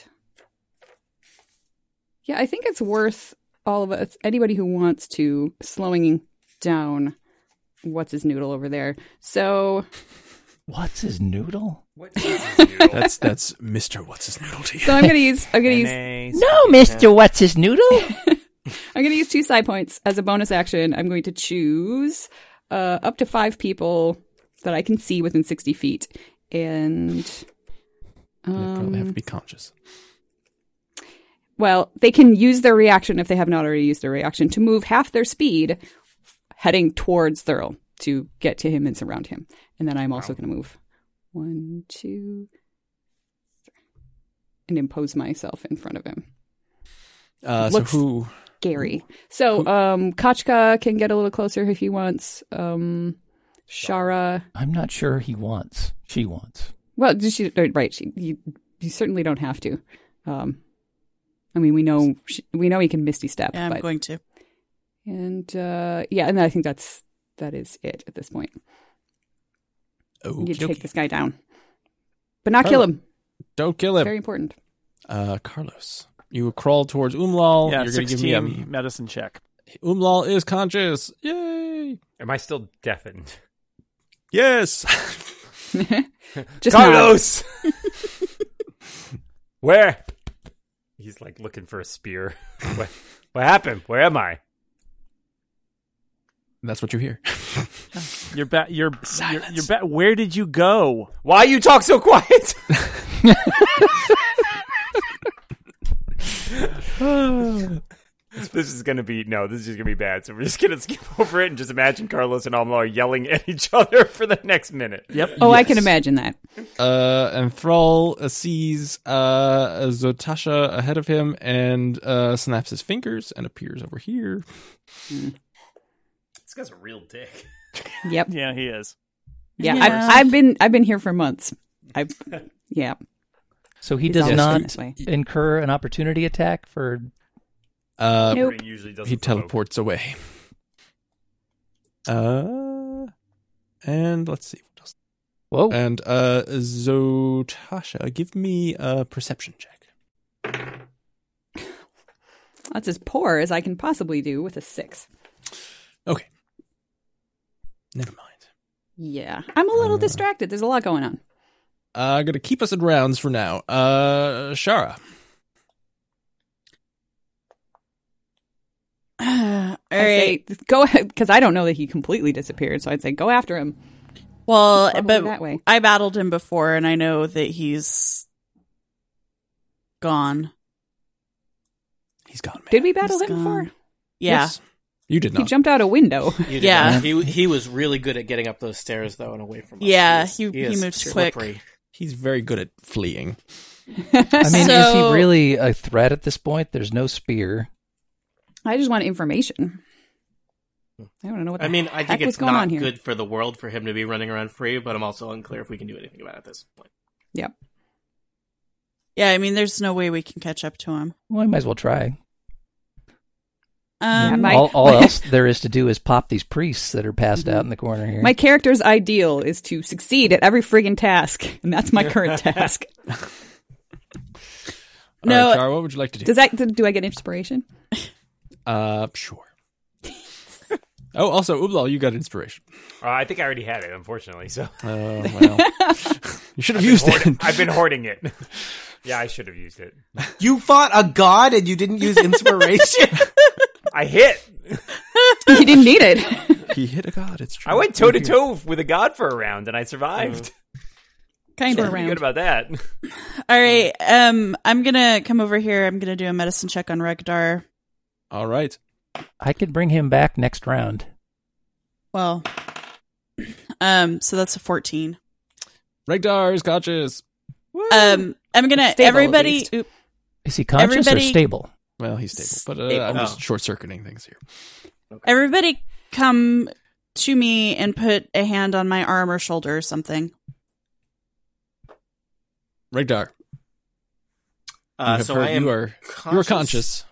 yeah, I think it's worth all of us, anybody who wants to, slowing down what's his noodle over there. So What's his noodle? What? [laughs] That's That's that's Mister. What's his noodle [laughs] to you? so I'm gonna use I'm [laughs] gonna use nice. No, Mister. What's his noodle? I'm gonna use two side points as a bonus action. I'm going to choose uh, up to five people that I can see within 60 feet, and um, You probably have to be conscious. Well, they can use their reaction if they have not already used their reaction to move half their speed heading towards Thurl to get to him and surround him. And then I'm also going to move one, two, three, and impose myself in front of him. Uh, so Looks- who? Gary. Mm. So, um, Kachka can get a little closer if he wants. Um, Shara. [laughs] I'm not sure he wants. She wants. Well, did she, uh, right. She, you, you certainly don't have to. Um, I mean, we know she, we know he can misty step. [laughs] Yeah, I'm but going to. [sighs] And uh, yeah, and I think that's that is it at this point. You need to take Okey-dokey. this guy down, but not kill Carlo- him. Don't kill It's him. very [laughs] important. [laughs] Uh, Carlos, you crawl towards Umlal. yeah, You're going to give 16 me a. medicine check. Umlal is conscious. Yay! Am I still deafened? Yes. [laughs] Just [laughs] Carlos, where? He's like looking for a spear. [laughs] what, what happened? Where am I? That's what you hear. [laughs] You're back. You're you're, you're back. Where did you go? Why you talk [laughs] so quiet? this is gonna be no. This is just gonna be bad. So we're just gonna skip over it and just imagine Carlos and Almar yelling at each other [laughs] for the next minute. Yep. Oh, I can imagine that. Uh, and Thrall uh, sees uh, Zotasha ahead of him and uh, snaps his fingers and appears over here. This guy's a real dick. Yep. Yeah, he is. Yeah. Yeah. I've, I've been I've been here for months. I yeah. So he He's does always not been this way. incur an opportunity attack for. Uh, Nope. He usually doesn't. He provoke. teleports away. Uh, and let's see. What else? Whoa. [laughs] And uh, Zotasha, give me a perception check. That's as poor as I can possibly do with a six. Okay. Never mind. Yeah. I'm a little distracted. There's a lot going on. I'm uh, gonna keep us in rounds for now. Uh, Shara. All I'd say, right. go ahead because I don't know that he completely disappeared. So I'd say go after him. Well, Probably Uh, but that way. I battled him before, and I know that he's gone. He's gone, man. Did we battle He's him gone. before? Yeah. Yes. You did He not. jumped out a window. [laughs] You did Yeah. not. he he was really good at getting up those stairs though, and away from us. Yeah, is- he- he is moves quick. slippery. He's very good at fleeing. I mean, is So- he really a threat at this point? There's no spear. I just want information. I don't know what. The I mean, I heck think was it's going not on here. good for the world for him to be running around free, but I'm also unclear if we can do anything about it at this point. Yep. Yeah, I mean, there's no way we can catch up to him. Well, I might as well try. Um, my- all all else there is to do is pop these priests that are passed out in the corner here. My character's ideal is to succeed at every friggin' task, and that's my current task. All No. right, Shara, what would you like to do? Does that do I get inspiration? [laughs] Uh, sure. [laughs] oh, also, Ublal, you got inspiration. Uh, I think I already had it, unfortunately. So Oh, [laughs] well. you should have used Hoard- it. I've been hoarding it. [laughs] yeah, I should have used it. You fought a god and you [laughs] didn't use inspiration. I hit. you didn't need it. [laughs] he hit a god. It's true. I went toe to toe with a god for a round, and I survived. Oh. kind [laughs] of. Pretty good about that. All right. Um, I'm gonna come over here. I'm gonna do a medicine check on Regdar. All right. I could bring him back next round. Well, [clears throat] um, so that's a 14. Regdar is conscious. Um, I'm gonna Stable, at everybody. least. oop, Is he conscious Everybody- or stable? Well, he's stable, but uh, Stable. I'm just Oh. short circuiting things here. Everybody, come to me and put a hand on my arm or shoulder or [laughs] something. Regdar, Uh, you have so heard I am you are you are conscious.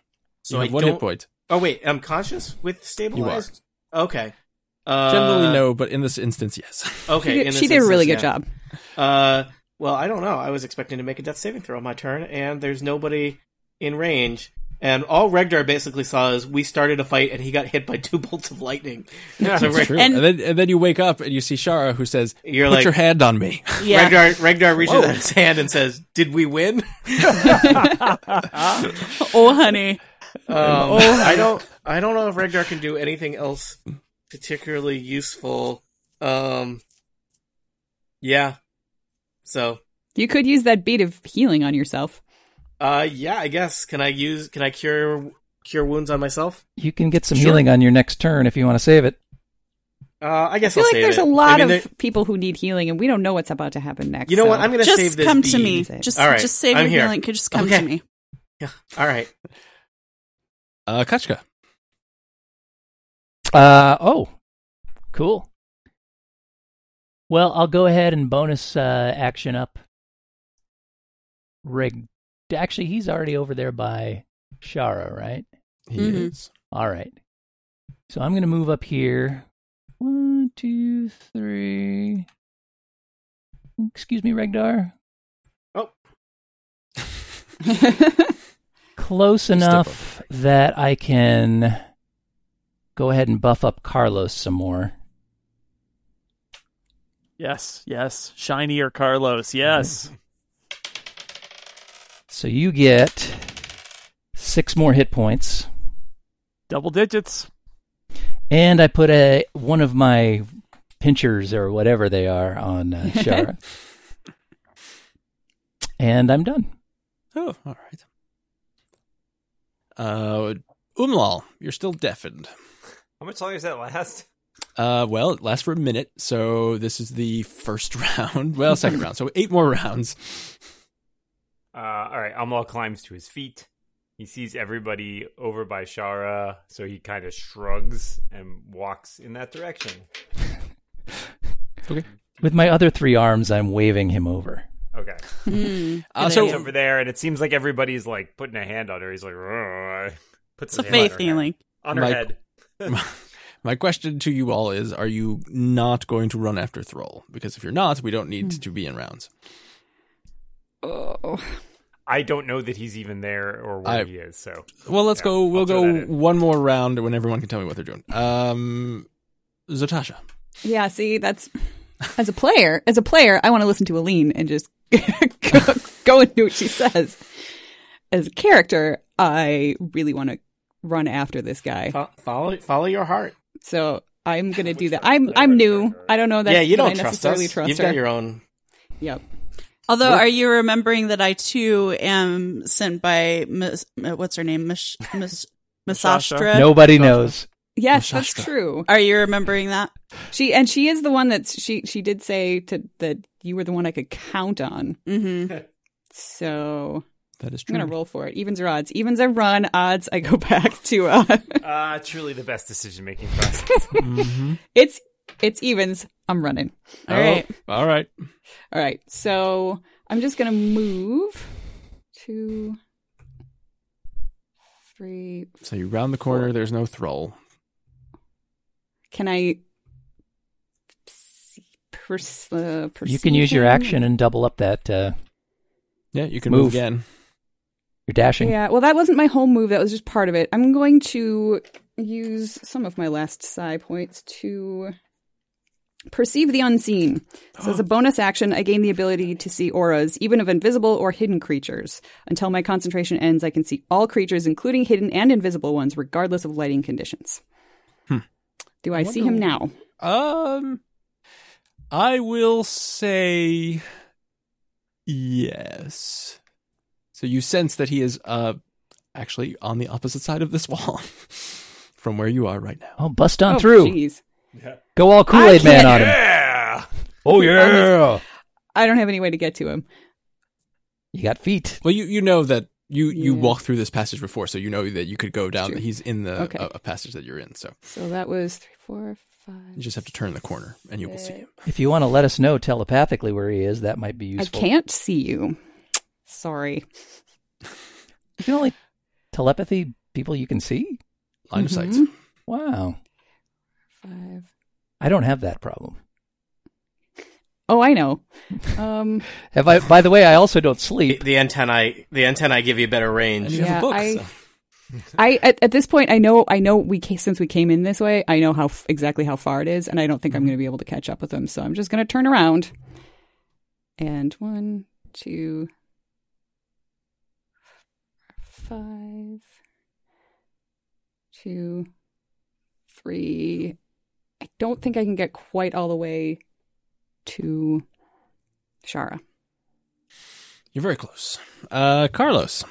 So you I have one don't. hit point. Oh wait, I'm conscious with stabilized. Okay. Uh, Generally, no, but in this instance, [laughs] yes. Okay, she in did, this she did a really good instance, yeah. job. Uh, well, I don't know. I was expecting to make a death saving throw on my turn, and there's nobody in range. And all Regdar basically saw is we started a fight, and he got hit by [laughs] two bolts of lightning. so That's Reg- true. And- And, then and then you wake up and you see Shara who says, You're "Put like- your hand on me." [laughs] Yeah. Regdar, Regdar reaches Whoa. out his hand and says, "Did we win?" Oh, [laughs] honey. Um, Oh. I don't. I don't know if Regdar can do anything else particularly useful. Um, yeah. So You could use that bead of healing on yourself. Uh, yeah, I guess. Can I use? Can I cure cure wounds on myself? You can get some Sure. healing on your next turn if you want to save it. Uh, I I guess feel will like save there's it. a lot I mean, of there- people who need healing, and we don't know what's about to happen next. you know what? so- I'm gonna save Just this. come to bead. me. Save it. Just, All right, just save I'm your here. healing. Could just come Okay. to [laughs] me. Yeah. All right. Uh, Kachka, Uh oh. Cool. Well, I'll go ahead and bonus uh, action up. Rig. Actually, he's already over there by Shara, right? he Mm-hmm. Mhm. is. All right. So I'm going to move up here. One, two, three. Excuse me, Regdar. Oh. Close Step enough that I can go ahead and buff up Carlos some more. Yes, yes. Shinier Carlos, [laughs] yes. So you get six more hit points. Double digits. And I put a one of my pinchers or whatever they are on uh, Shara. and I'm done. Oh, all right. Uh, Umlal, you're still deafened. How much longer does that last? Uh, well, it lasts for a minute, so this is the first [laughs] round. Well, second round, so eight more rounds. Uh, all right, Amal climbs to his feet. He sees everybody over by Shara, so he kind of shrugs and walks in that direction. Okay. With my other three arms, I'm waving him over. Okay, Uh, Good so he's over there, and it seems like everybody's like putting a hand on her. He's like, "Rrrr," puts It's a his hand on faith her healing. head- on her Mike- head. My question to you all is: Are you not going to run after Thrall? Because if you're not, we don't need to be in rounds. Oh, I don't know that he's even there or where I- he is. So Well, let's Yeah, go. We'll I'll throw that go in. one more round when everyone can tell me what they're doing. Um, Zatasha. yeah. See, that's as a player. As a player, I want to listen to Aline and just [laughs] go, go and do what she says. As a character, I really want to run after this guy. Fo- follow follow your heart. So I'm gonna do that. I'm I'm new. I don't know that. yeah, you that don't I trust necessarily us. Trust You've her. got your own. Yep. Although, are you remembering that I too am sent by Mis- uh, what's her name, Mish- [laughs] Mish- Misastra? Nobody knows. Yes, that's Shastra. true. Are you remembering that? She and she is the one that's she she did say to that you were the one I could count on. hmm So That is I'm true. Hmm. gonna roll for it. Evens or odds? Evens I run. Odds I go [laughs] back to. Uh, uh, truly the best decision making process. Mhm. it's it's evens. I'm running. All right. Oh, all right. All right. So I'm just gonna move two, three. So you round the corner. There's no Thrall. Can I? Pers- uh, You can use your perceive him? action and double up that. Uh, Yeah, you can move, Move. again. you're dashing. Yeah, well, that wasn't my whole move. That was just part of it. I'm going to use some of my last psi points to perceive the unseen. So, as a bonus action, I gain the ability to see auras, even of invisible or hidden creatures. Until my concentration ends, I can see all creatures, including hidden and invisible ones, regardless of lighting conditions. Do I, see him now? Um, I will say yes. So you sense that he is uh actually on the opposite side of this wall [laughs] from where you are right now. Oh, bust on oh, through. jeez. Go all Kool Aid Man on him. yeah. Oh yeah. I don't have any way to get to him. You got feet. Well, you you know that you you Yeah. walked through this passage before, so you know that you could go down. true. He's in the uh, Okay. a, a passage that you're in, so So, that was three, four, five. you just have to turn the corner and you will see him. If you want to let us know telepathically where he is, that might be I useful. can't see you. Sorry. You can only telepathy people you can see. Line of sight. Mhm. Wow. Five. I don't have that problem. Oh, I know. Um, Have I? By the way, I also don't The, sleep. the antennae the antennae give you better And range. you Yeah, have a book. I- so. I at, at this point, I know, I know. We ca- since we came in this way, I know how f- exactly how far it is, and I don't think I'm going to be able to catch up with them. So I'm just going to turn around. And one, two, five, two, three. I don't think I can get quite all the way to Shara. You're very close. Uh, Carlos.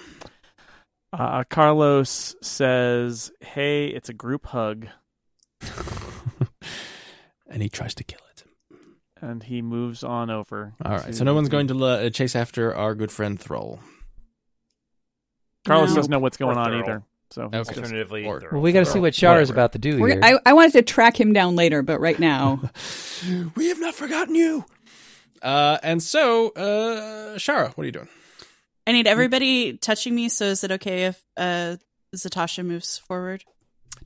Uh, Carlos says, "Hey, it's a group hug," and he tries to kill it. and he moves on over. All right. So no one's going to le- uh, chase after our good friend Thrall. Carlos No. doesn't know what's going Or on Thurl. either. So he's Okay. just- Alternatively, Or- Thurl. Well, we got to Or see what Shar is whatever. about to do We're, here. I, I wanted to track him down later, but right now, we have not forgotten you. Uh, and so, uh, Shara, what are you doing? I need everybody touching me. So is it okay if uh, Zatasha moves forward?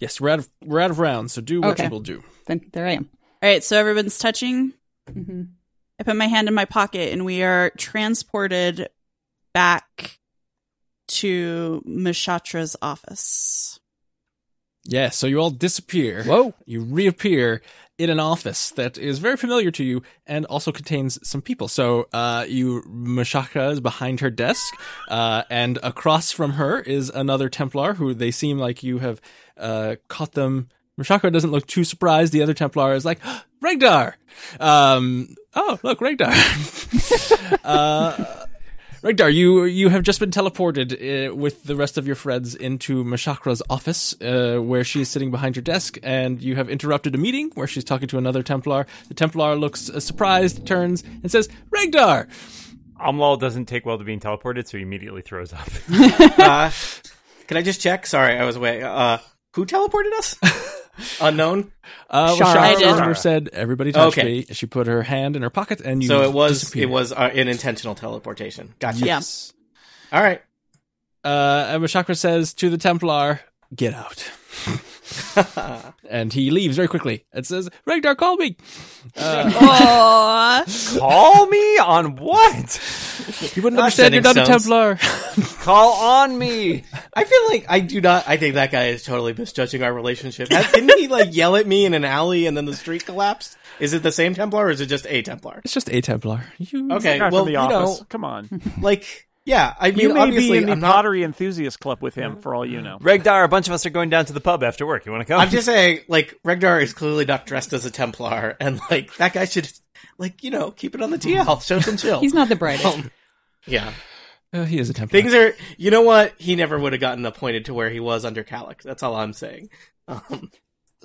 Yes, we're out of we're out of rounds. So do what Okay. you will do. then there I am. All right. So everyone's touching. Mm-hmm. hmm I put my hand in my pocket, and we are transported back to Mishatra's office. Yeah. So you all disappear. Whoa. You reappear in an office that is very familiar to you and also contains some people. So, uh, you, Mashaka is behind her desk, uh, and across from her is another Templar who they seem like you have, uh, caught them. Mashaka doesn't look too surprised. The other Templar is like, [gasps] Regdar! Um, oh, look, [laughs] Regdar. uh, Regdar, you you have just been teleported uh, with the rest of your friends into Mashakra's office, uh, where she is sitting behind your desk, and you have interrupted a meeting where she's talking to another Templar. The Templar looks uh, surprised, turns, and says, "Regdar." Amlal doesn't take well to being teleported, so he immediately throws up. [laughs] Uh, can I just check? Sorry, I was away. Uh, who teleported us? [laughs] Unknown. Uh, well, Shara. Shara I did. remember said everybody touched me. Okay. She put her hand in her pocket, and you So it was disappeared. it was uh, an intentional teleportation. Gotcha. Yeah. All right. [laughs] Uh, and Mashakra says to the Templar, "Get out." and he leaves very quickly and says, Ragnar, call me. [laughs] Aw. Call me on what? You wouldn't Not understand. You're not a sending Templar. [laughs] Call on me. I feel like I do not. I think that guy is totally misjudging our relationship. Has- Didn't he like yell at me in an alley and then the street collapsed? Is it the same Templar or is it just a Templar? it's just a Templar. You, Okay, Guy well from you the office. know, Come on. like yeah. I mean, You may obviously, be in the I'm not. pottery enthusiast club with him for all you [laughs] know. Regdar, a bunch of us are going down to the pub after work. You want to come? I'm just saying, like Regdar is clearly not dressed as a Templar, and like that guy should, like you know, keep it on the TL, show some chill. He's not the brightest. Oh. Um, yeah, Uh, he is a Templar. things are. You know what? He never would have gotten appointed to where he was under Calic. That's all I'm saying. Um,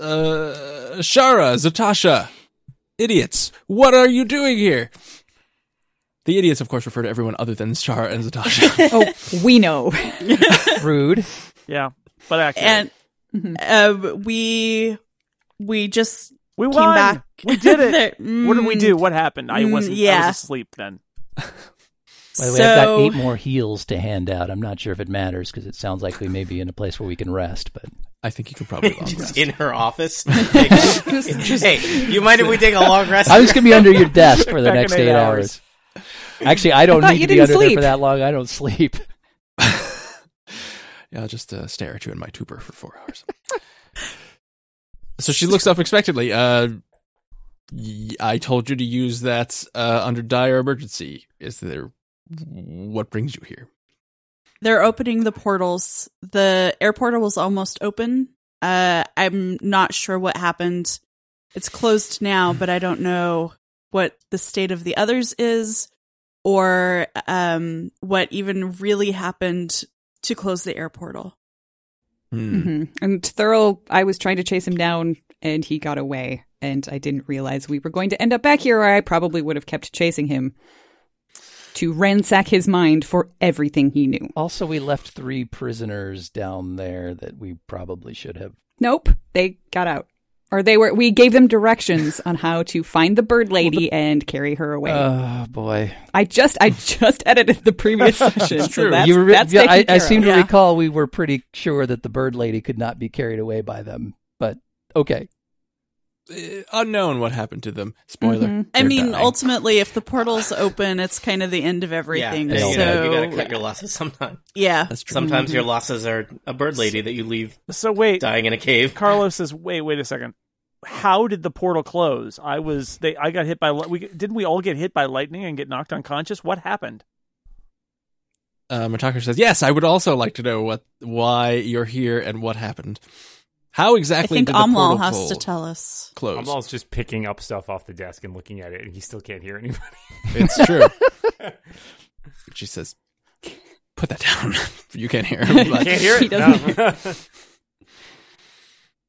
uh, Shara, Zatasha, idiots, what are you doing here? The idiots, of course, refer to everyone other than Shara and [laughs] Zatasha. oh, [laughs] we know. Mm-hmm. Rude. Yeah, but accurate. and um, we we just we came Mm-hmm. won. back. We did it. [laughs] There- What did we mm. do? What happened? I Mm, wasn't. I yeah. was asleep then. By the way, I've got So- eight more heals to hand out. I'm not sure if it matters because it sounds like we may be in a place where we can rest. [laughs] But I think you could [laughs] probably long just rest. in her office. Like, [laughs] hey, you mind if we take a long rest? I was going to be under your desk for the Back in next eight eight hours. Actually, I don't thought need [laughs] to you be didn't under there sleep. for that long. I don't sleep. [laughs] Yeah, I'll just uh, stare at you in my tuber for four [laughs] hours. so she looks up expectantly. Uh, y- I told you to use that uh, under dire emergency. Is there what brings you here? They're opening the portals. The air portal was almost open. Uh, I'm not sure what happened. It's closed now, but I don't know what the state of the others is or um, what even really happened to close the air portal. Mm-hmm. Hmm. hmm And Thurl, I was trying to chase him down and he got away. And I didn't realize we were going to end up back here, or I probably would have kept chasing him to ransack his mind for everything he knew. Also, we left three prisoners down there that we probably should have. Nope, they got out. Or they were. We gave them directions on how to find the bird lady and carry her away. Oh boy! I just, I just [laughs] edited the [laughs] previous session. That's So that's, You re- that's yeah, taken I, I care seem of. to Yeah. recall we were pretty sure that the bird lady could not be carried away by them. But okay, Uh, unknown what happened to Mm-hmm. them. Spoiler. Mhm. I They're mean, dying. ultimately, if the portal's open, it's kind of the end of everything. Yeah, I you, so, gotta, you gotta cut your losses sometimes. yeah. that's true. Sometimes your losses are a bird lady that you leave So wait, dying in a cave. Carlos says, "Wait, wait a second. How did the portal close? I was they. I got hit by. li- We didn't we all get hit by lightning and get knocked unconscious? What happened? Uh, Mataka says, "Yes, I would also like to know what, why you're here, and what happened. How I exactly think did the portal Amlal has to clo- tell us. close? Amal's just picking up stuff off the desk and looking at it, and he still can't hear anybody. It's [laughs] true. she says, "Put that down. [laughs] you can't [laughs] hear." Him, but- Can't hear it. He doesn't. No.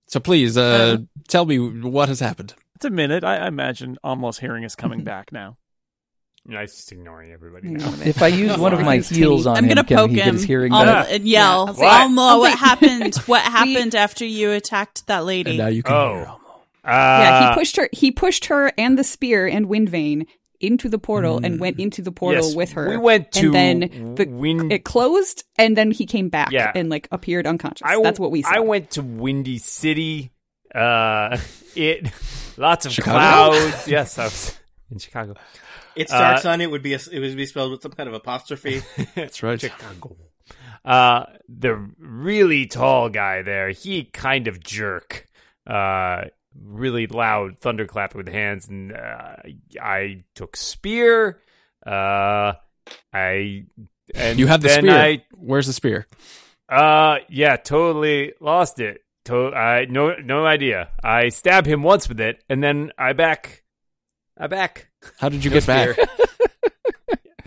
So please, uh, tell me what has happened. It's a minute. I, I imagine Amla's hearing is [laughs] coming back now. [laughs] no, he's just ignoring [laughs] everybody Hang now. Uh, on a minute. if I use one of my He's heels teeny. on I'm him, gonna can poke he get him his hearing Alma, back? and yell, Yeah. What? Alma, Oh, what wait. happened? What happened after you attacked that And lady? now you can Oh. hear. Almo. yeah, Uh, he pushed her. He pushed her and the spear and wind vane into the portal and went into the portal Mm, Yes, with her. we went to and then the, wind- It closed and then he came back Yeah. and like appeared unconscious. w- That's what we saw. I went to Windy City. Uh, [laughs] it lots of Chicago? clouds. Yes, I was in Chicago. It starts on it would be a, it would be spelled with some kind of apostrophe. That's right. Chicago. Uh, the really tall guy there, he kind of jerk. Uh, really loud thunderclap with hands, and uh, I took spear. Uh, I and You have the then spear. I Where's the spear? Uh, yeah, totally lost it. To- I no no idea. I stab him once with it, and then I back, I back. How did you No get back? spear.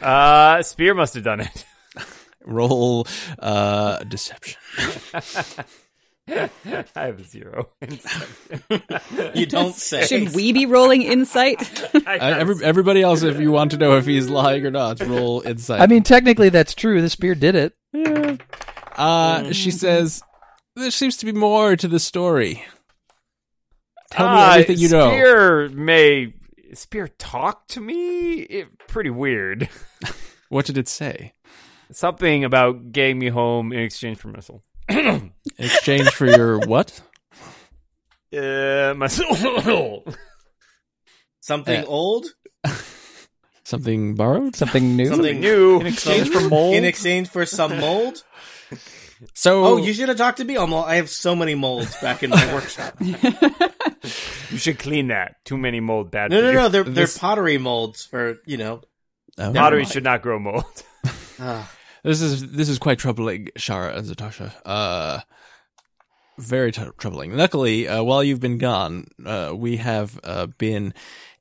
uh, spear must have done it. [laughs] [laughs] Roll uh, deception. I have a zero. you don't say. [laughs] Should we be rolling insight? Uh, every, everybody else, if you want to know if he's lying or not, roll insight. I mean, technically that's true. The spear did it. Uh, she says, "There seems to be more to the story. Tell me Uh, everything you know." Spear may spear talk to me. It, pretty weird. [laughs] What did it say Something about getting me home in exchange for missile. in exchange for your what? Uh, [laughs] my soul. Something Yeah. old Something borrowed. Something new. Something- Something new. In exchange for mold? in exchange for some mold. So Oh, you should have talked to me. Omal. I have so many molds back in my workshop. No, You should clean that. Too many mold bad. for no, you. no. They're This- they're pottery molds for you know. Oh. Pottery should not grow [laughs] mold. ah. This is this is quite troubling, Shara and Zatasha. Uh, very t- troubling. Luckily, uh, while you've been gone, uh, we have uh, been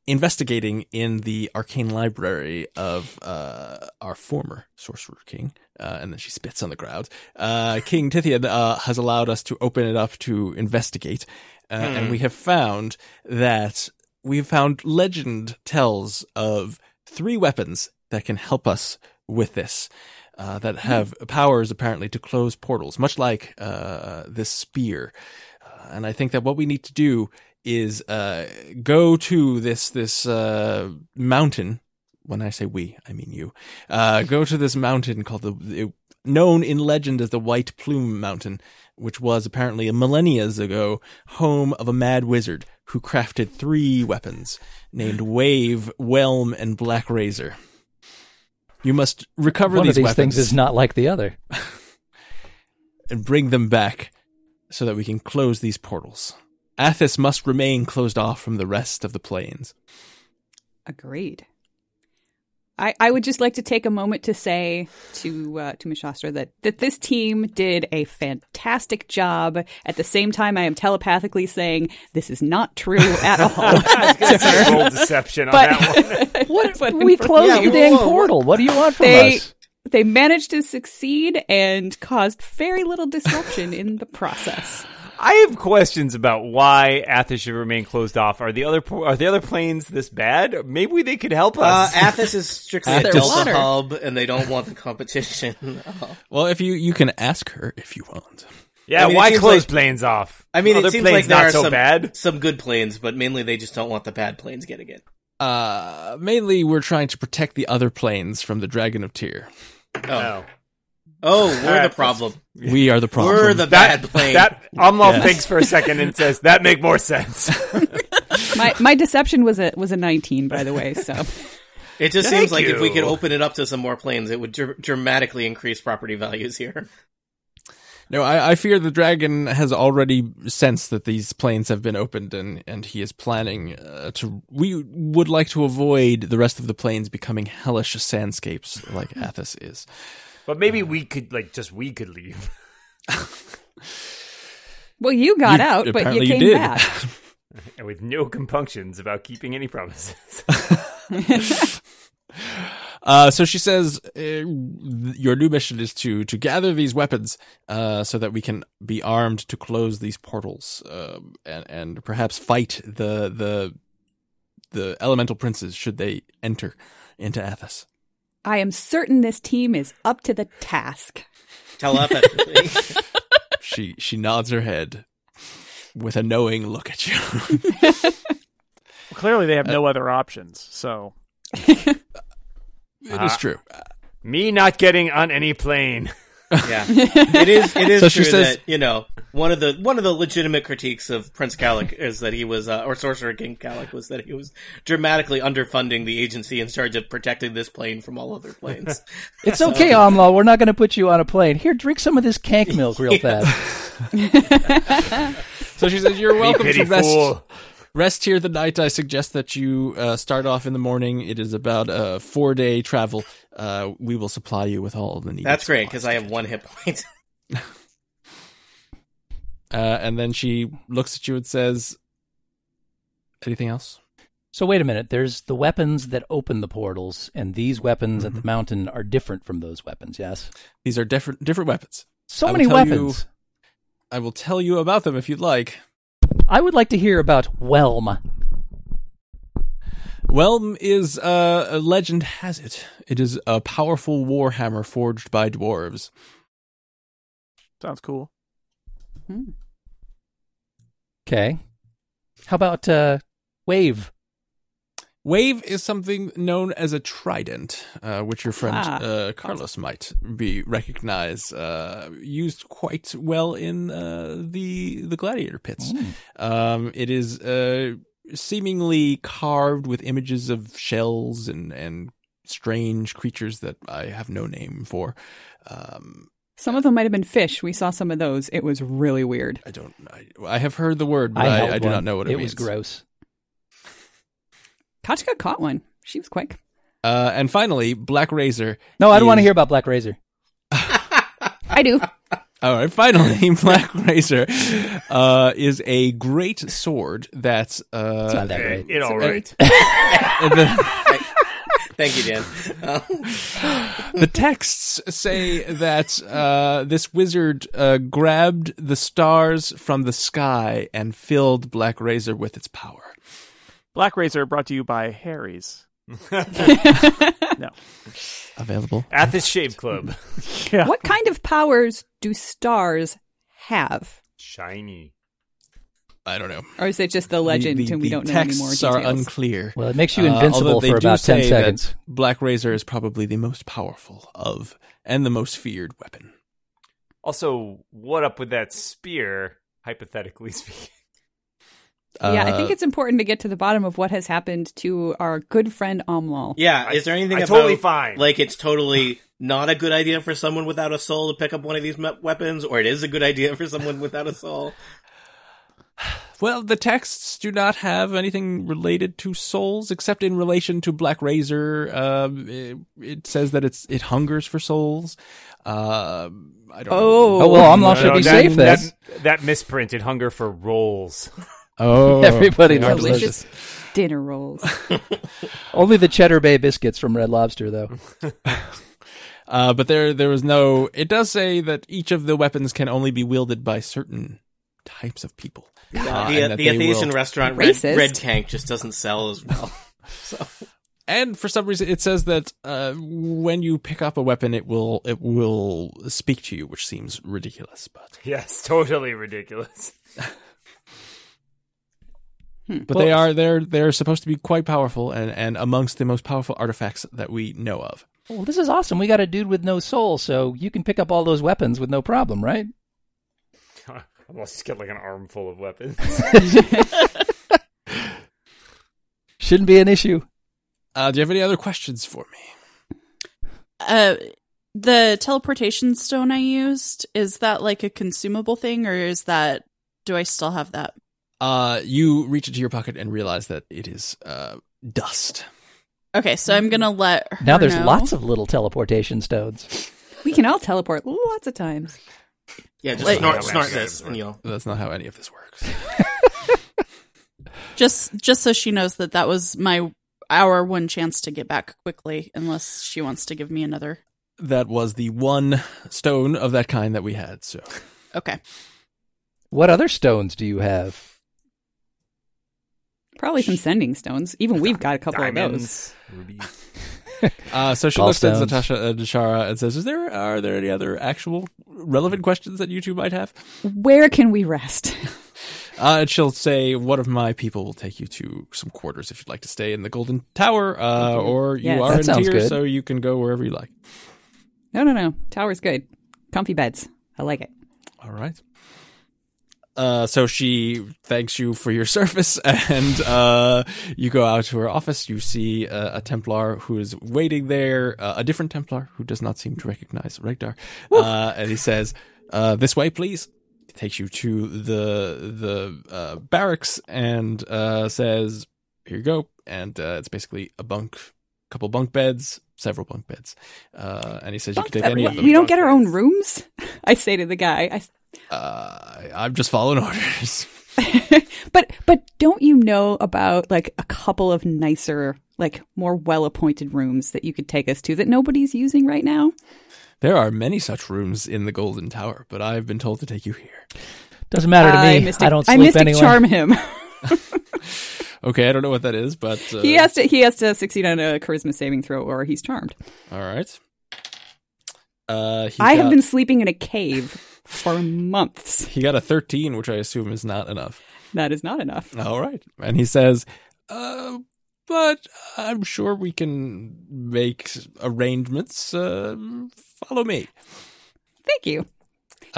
investigating in the arcane library of uh, our former sorcerer king, uh, and then she spits on the crowd. Uh, king Tithian uh, has allowed us to open it up to investigate, uh, and we have found that we've found legend tells of three weapons that can help us with this uh, that have powers apparently to close portals, much like uh, this spear. Uh, and I think that what we need to do is uh, go to this this uh, mountain. When I say we, I mean you. Uh, go to this mountain called the, the known in legend as the White Plume Mountain, which was apparently a millennia ago home of a mad wizard who crafted three weapons [sighs] named Wave, Whelm, and Black Razor. You must recover One these, of these weapons things is not like the other. and bring them back so that we can close these portals. Athos must remain closed off from the rest of the plains. Agreed. I, I would just like to take a moment to say to uh, to Mishastra that that this team did a fantastic job. At the same time, I am telepathically saying this is not true [laughs] at all. Mold deception on that one. but What but we closed Yeah, the whoa, dang whoa, what- portal. What do you want from They- us? they managed to succeed and caused very little disruption in the process. [laughs] I have questions about why Athens should remain closed off. Are the other po- are the other planes this bad? Maybe they could help Uh, us. Athos is Oh. strictly a Athos. Delta Water. hub, and they don't want the competition. [laughs] Well, if you you can ask her if you want. yeah, I mean, it why seems close like- planes off? I mean, other it seems planes like there not are so some, bad. some good planes, but mainly they just don't want the bad planes getting it. Uh, mainly, we're trying to protect the other planes from the Dragon of Tyr. Oh, No. oh, we're right, the problem. We are the problem. We're the That bad plane. that Amlov Yes. thinks for a second and says that make more sense. My my deception was a was a nineteen, by the way. So it just Thank seems like if we you. could open it up to some more planes, it would dr- dramatically increase property values [laughs] here. no, I, I fear the dragon has already sensed that these planes have been opened, and and he is planning uh, to. We would like to avoid the rest of the planes becoming hellish sandscapes like Athos is. [laughs] but maybe we could like just we could leave. [laughs] well, you got You- out, but you apparently you came did. back. [laughs] And with no compunctions about keeping any promises. [laughs] Uh, so she says, uh, "Your new mission is to to gather these weapons, uh, so that we can be armed to close these portals, um, and and perhaps fight the the the elemental princes should they enter into Athos." I am certain this team is up to the task. Telepathically. she she nods her head with a knowing look at you. [laughs] Clearly, they have Uh, no other options. So Ah. it is true. Me not getting on any plane. [laughs] yeah, it is. It is So she true says- that you know one of the one of the legitimate critiques of Prince Calic [laughs] is that he was uh, or Sorcerer King Calic was that he was dramatically underfunding the agency in charge of protecting this plane from all other [laughs] planes. It's okay, Amla. We're not going to put you on a plane. Here, drink some of this cank milk real fast. So she says, [laughs] "You're welcome to pity rest." fool. Rest here the night. I suggest that you uh, start off in the morning. It is about a four day travel. Uh, we will supply you with all the needed. That's great supplies. because I have one hit point. [laughs] Uh, and then she looks at you and says, "Anything else?" So wait a minute. There's the weapons that open the portals, and these weapons at the mountain are different from those weapons. Yes. These are different different weapons. So I will many tell you- weapons. I will tell you about them if you'd like. I would like to hear about Whelm. Whelm is uh, a legend has it. It is a powerful warhammer forged by dwarves. sounds cool. Okay. How about uh, Wave? Wave is something known as a trident, uh, which your friend Ah. uh, Carlos might be recognize uh, used quite well in uh, the the gladiator pits. Um, it is uh, seemingly carved with images of shells and and strange creatures that I have no name for. Um, Some of them might have been fish. We saw some of those. It was really weird. I don't. I, I have heard the word, but I, I, held do one. not know what it, was means. gross. Kachka caught one. She was quick. Uh, and finally, Black Razor. No, I don't want to is- hear about Black Razor. [laughs] I do. All right, finally, [laughs] Black Razor uh, is a great sword that It's uh, not that great. It all right. the, Thank [laughs] you, Dan. Uh, the texts say that uh, this wizard uh, grabbed the stars from the sky and filled Black Razor with its power. Black Razor brought to you by Harry's. Available. At the shave club. Yeah. What kind of powers do stars have? Shiny. I don't know. Or is it just the legend The- the- and we the don't know any more texts details? are unclear. Well, it makes you Uh, invincible although they for do about 10 say that seconds. Black Razor is probably the most powerful of and the most feared weapon. Also, what up with that spear? Hypothetically speaking, yeah, I Uh, think it's important to get to the bottom of what has happened to our good friend Omlal. yeah, is there anything I about totally fine. like it's totally not a good idea for someone without a soul to pick up one of these me- weapons, or it is a good idea for someone without [laughs] a soul? Well, the texts do not have anything related to souls, except in relation to Black Razor. Um, it, it says that it's it hungers for souls. Um I don't. Oh. know. Oh, well, Amla No, should no, be that- safe then. That, that misprinted hunger for rolls. [laughs] oh, [laughs] Everybody They are knows Delicious delicious. dinner rolls. Only the Cheddar Bay biscuits from Red Lobster, though. Uh, but there, there was no. It does say that each of the weapons can only be wielded by certain types of people. Uh, the and that the they Athenian will- restaurant Red, Racist. Red Tank just doesn't sell as well. [laughs] and for some reason, it says that uh, when you pick up a weapon, it will it will speak to you, which seems ridiculous, but. Yes, totally ridiculous. [laughs] but they are they're they're supposed to be quite powerful and and amongst the most powerful artifacts that we know of. Well, this is awesome. We got a dude with no soul, so you can pick up all those weapons with no problem, right? I almost get like an armful of weapons. Shouldn't be an issue. Uh, do you have any other questions for me? Uh, the teleportation stone I used is that like a consumable thing, or is that do I still have that? Uh, you reach into your pocket and realize that it is uh, dust. Okay, so I'm gonna let her Now there's know. lots of little teleportation stones. we can all teleport lots of times. Yeah, just Like- snort, snort this, and you'll. That's not how any of this works. just just so she knows that that was my our one chance to get back quickly, unless she wants to give me another. that was the one stone of that kind that we had. So Okay, What other stones do you have? Probably some sending stones. Even we've got a couple Diamonds, rubies. uh, so she All looks at stones. Natasha and Dashara and says, "Is there are there any other actual relevant questions that you two might have?" of those. Where can we rest? [laughs] Uh, and she'll say, "One of my people will take you to some quarters if you'd like to stay in the Golden Tower, uh, or you Yes. are That in sounds tier, good. so you can go wherever you like." No, no, no. Tower's good. Comfy beds. I like it. All right. Uh, so she thanks you for your [laughs] service, and uh, you go out to her office. You see uh, a Templar who is waiting there, uh, a different Templar who does not seem to recognize Regdar, uh, and he says, uh, "This way, please." He takes you to the the uh, barracks and uh, says, "Here you go." And uh, it's basically a bunk, couple bunk beds, several bunk beds, uh, and he says you can take any of them. we don't get our own rooms? [laughs] I say to the guy. I, Uh, I'm just following [laughs] orders. but but don't you know about like a couple of nicer, like more well-appointed rooms that you could take us to that nobody's using right now? There are many such rooms in the Golden Tower, but I've been told to take you here. Doesn't matter to I me. mystic, I don't I sleep mystic anyway. [laughs] charm him. Okay, I don't know what that is, but uh, he has to he has to succeed on a charisma saving throw or he's charmed. All right. Uh, he I got, have been sleeping in a cave for months. He got a thirteen, which I assume is not enough. That is not enough. All right, and he says, uh, but I'm sure we can make arrangements. Uh, follow me. Thank you.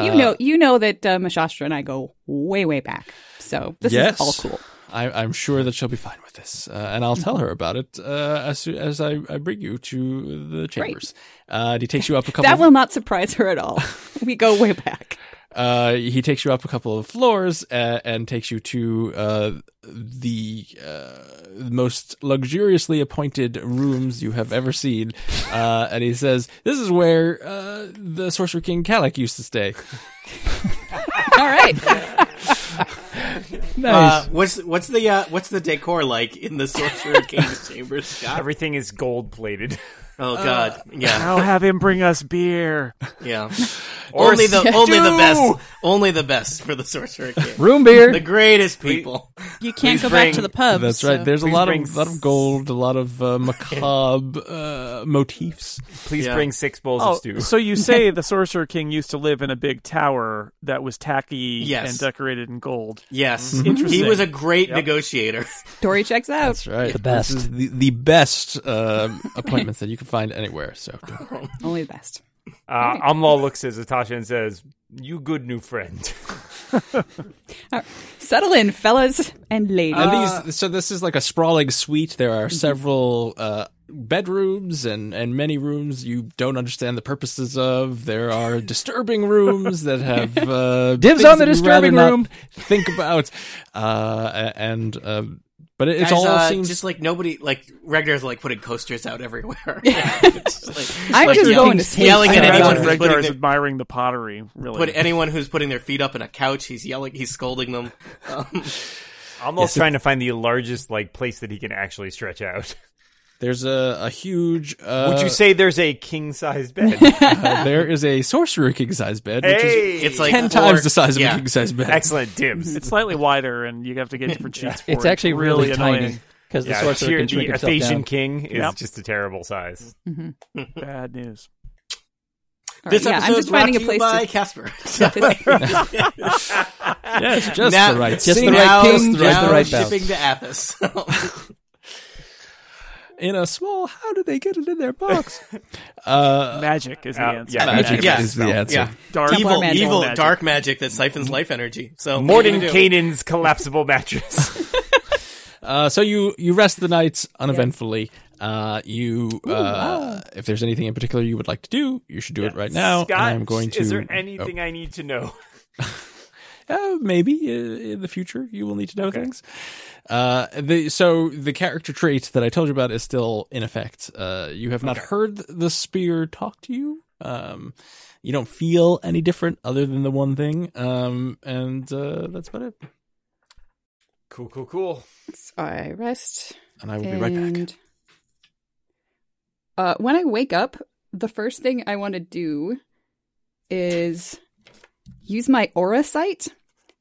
You Uh, know, you know that uh, Mashastra and I go way, way back. So this Yes. is all cool. I, I'm sure that she'll be fine with this, uh, and I'll tell her about it uh, as soon as I, I bring you to the chambers. Uh, and he takes you up a couple. That of- will not surprise her [laughs] at all. we go way back. uh, he takes you up a couple of floors uh, and takes you to uh, the uh, most luxuriously appointed rooms you have ever seen. Uh, and he says, "This is where uh, the Sorcerer King Kalak used to stay." All right. Nice. Uh, what's what's the uh, what's the decor like in the Sorcerer King's chambers? Scott? Everything is gold plated. [laughs] Oh God, yeah, Now have him bring us beer. yeah. only the only the stew! best, only the best for the Sorcerer King. Room beer. The greatest people. You can't Please go bring- back to the pub. That's so- right. There's a Please lot bring of lot of gold, a lot of uh, macabre uh, motifs. Please Yeah. bring six bowls Oh, of stew. so you say the Sorcerer King used to live in a big tower that was tacky Yes. and decorated in gold. Yes, Interesting. he was a great negotiator. Dory checks out. That's right. The best. This is the, the best uh, appointments that you can find anywhere. So Only the best. Uh, Amlal looks at Zatasha and says, "You good new friend." [laughs] All right. Settle in, fellas and ladies. and these, so this is like a sprawling suite. There are several uh, bedrooms and and many rooms you don't understand the purposes of. There are disturbing rooms that have uh, Dibs things on the that you'd rather disturbing not room. [laughs] Think about uh, a- and. um but it, it's Guys, all uh, seems just like nobody like Regdar's like putting coasters out everywhere. [laughs] It's just like- I'm like just yelling- going to sleep. yelling at I Imagine anyone don't who's Regdar putting is their, admiring the pottery. Really, put anyone who's putting their feet up in a couch. He's yelling. He's scolding them. Um, Amlal's trying to find the largest like place that he can actually stretch out. [laughs] there's a, a huge. Uh, [laughs] Would you say there's a king size bed? uh, there is a sorcerer king size bed, which is hey, it's like ten four- times the size of yeah. a king size bed. excellent dibs. It's slightly wider, and you have to get different sheets for it. it's actually really, annoying. tiny because Yeah, the sorcerer here- can the shrink himself Ephesian down. king is Yep. just a terrible size. Bad news. All right, This yeah, episode I'm just finding a place by to. [laughs] Casper. [laughs] Yes, just Now- the right. Just the size. right now, king, just the now right balance. shipping to [laughs] Athos. in a small. How did they get it in their box? uh, Magic is the Uh, answer. yeah, Magic yes. is the answer. Yeah. Dark evil, magic. evil, Magic. dark magic that siphons life energy. So Morden what do you do? Kanan's collapsible mattress. Uh, so you you rest the nights uneventfully. Uh, you uh, if there's anything in particular you would like to do, you should do it right now. and Scott, I'm going to. Is there anything I need to know? Oh, uh, maybe uh, in the future you will need to know things. Uh, the so the character trait that I told you about is still in effect. Uh, you have not heard the spear talk to you. Um, you don't feel any different other than the one thing. Um, and uh, that's about it. Cool, cool, cool. I rest. And I will be right back. and- Uh, when I wake up, the first thing I want to do is use my aura sight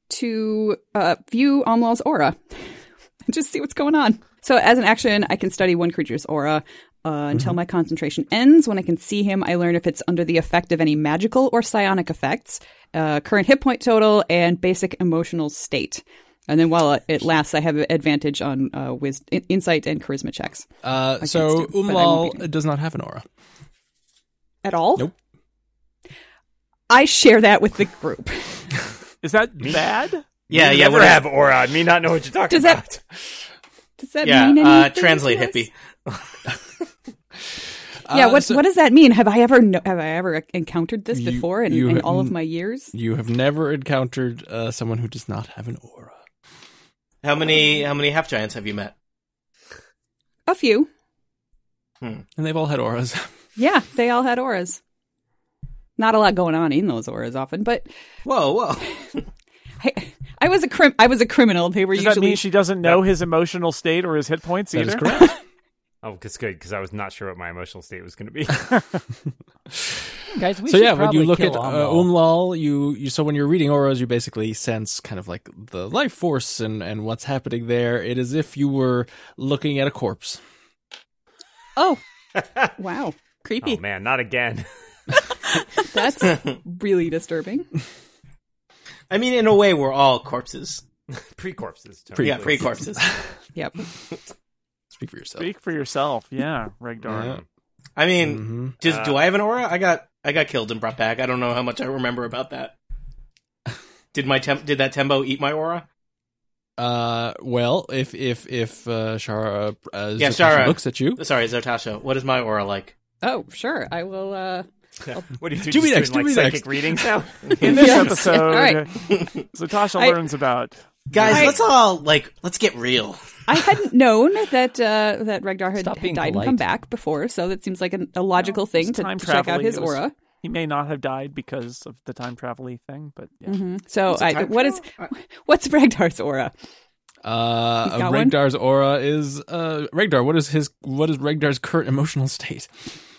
to uh, view Amlal's aura. [laughs] Just see what's going on. So, as an action, I can study one creature's aura uh, until Mm-hmm. my concentration ends. When I can see him, I learn if it's under the effect of any magical or psionic effects, uh, current hit point total, and basic emotional state. And then while it lasts, I have advantage on uh, wis- in- insight and charisma checks. Uh, can't so do, but I won't be Umlal does not have an aura. At all? Nope. I share that with the group. Is that bad? Yeah, you yeah. Never what is- have aura. I may not know what you're talking Does that- about. Does that yeah, mean uh, anything translate to us? hippie. Yeah, Uh, what so- what does that mean? Have I ever kno- have I ever encountered this You- before in, you in have all of n- my years? You have never encountered uh, someone who does not have an aura. How many how many half giants have you met? A few. And they've all had auras. Yeah, [laughs] they all had auras. Not a lot going on in those auras often, but Whoa, whoa. I, I was a crim- I was a criminal. They were Does that usually mean she doesn't know his emotional state or his hit points That either? is correct. Oh, that's good because I was not sure what my emotional state was going to be. Guys, we so should yeah, when you probably look at kill uh, Amlal. Umlal, you, you so when you're reading auras, you basically sense kind of like the life force and, and what's happening there. It is if you were looking at a corpse. Oh. wow. creepy. oh man, not again. [laughs] That's really disturbing. I mean, in a way, we're all corpses. Pre corpses. Pre- yeah, pre corpses. Yep. Speak for yourself. Speak for yourself. Yeah, Regdar. Yeah. [laughs] I mean, Mhm. does, do Uh, I have an aura? I got I got killed and brought back. I don't know how much I remember [laughs] about that. Did my tem- did that tembo eat my aura? Uh, well, if if if uh, Shara uh, Yeah, Zatasha Shara. looks at you, Sorry, Zotasha. What is my aura like? Oh, sure. I will. uh What are you Do doing? me just next, doing, do me like, next. psychic readings now? In this Yes. episode, All right. so Tasha I- learns about Guys, I- let's all like let's get real. [laughs] I hadn't known that uh that Regdar had, Stop had being died and polite. come back before, so that seems like an, a logical No, it's thing to time check out traveling. his It was- aura. he may not have died because of the time travel thing, but yeah. Mm-hmm. Mhm. So, Is it I, time what is travel? [laughs] what's Regdar's aura? uh, He's got one? Regdar's aura is uh, Regdar. What is his? What is Regdar's current emotional state?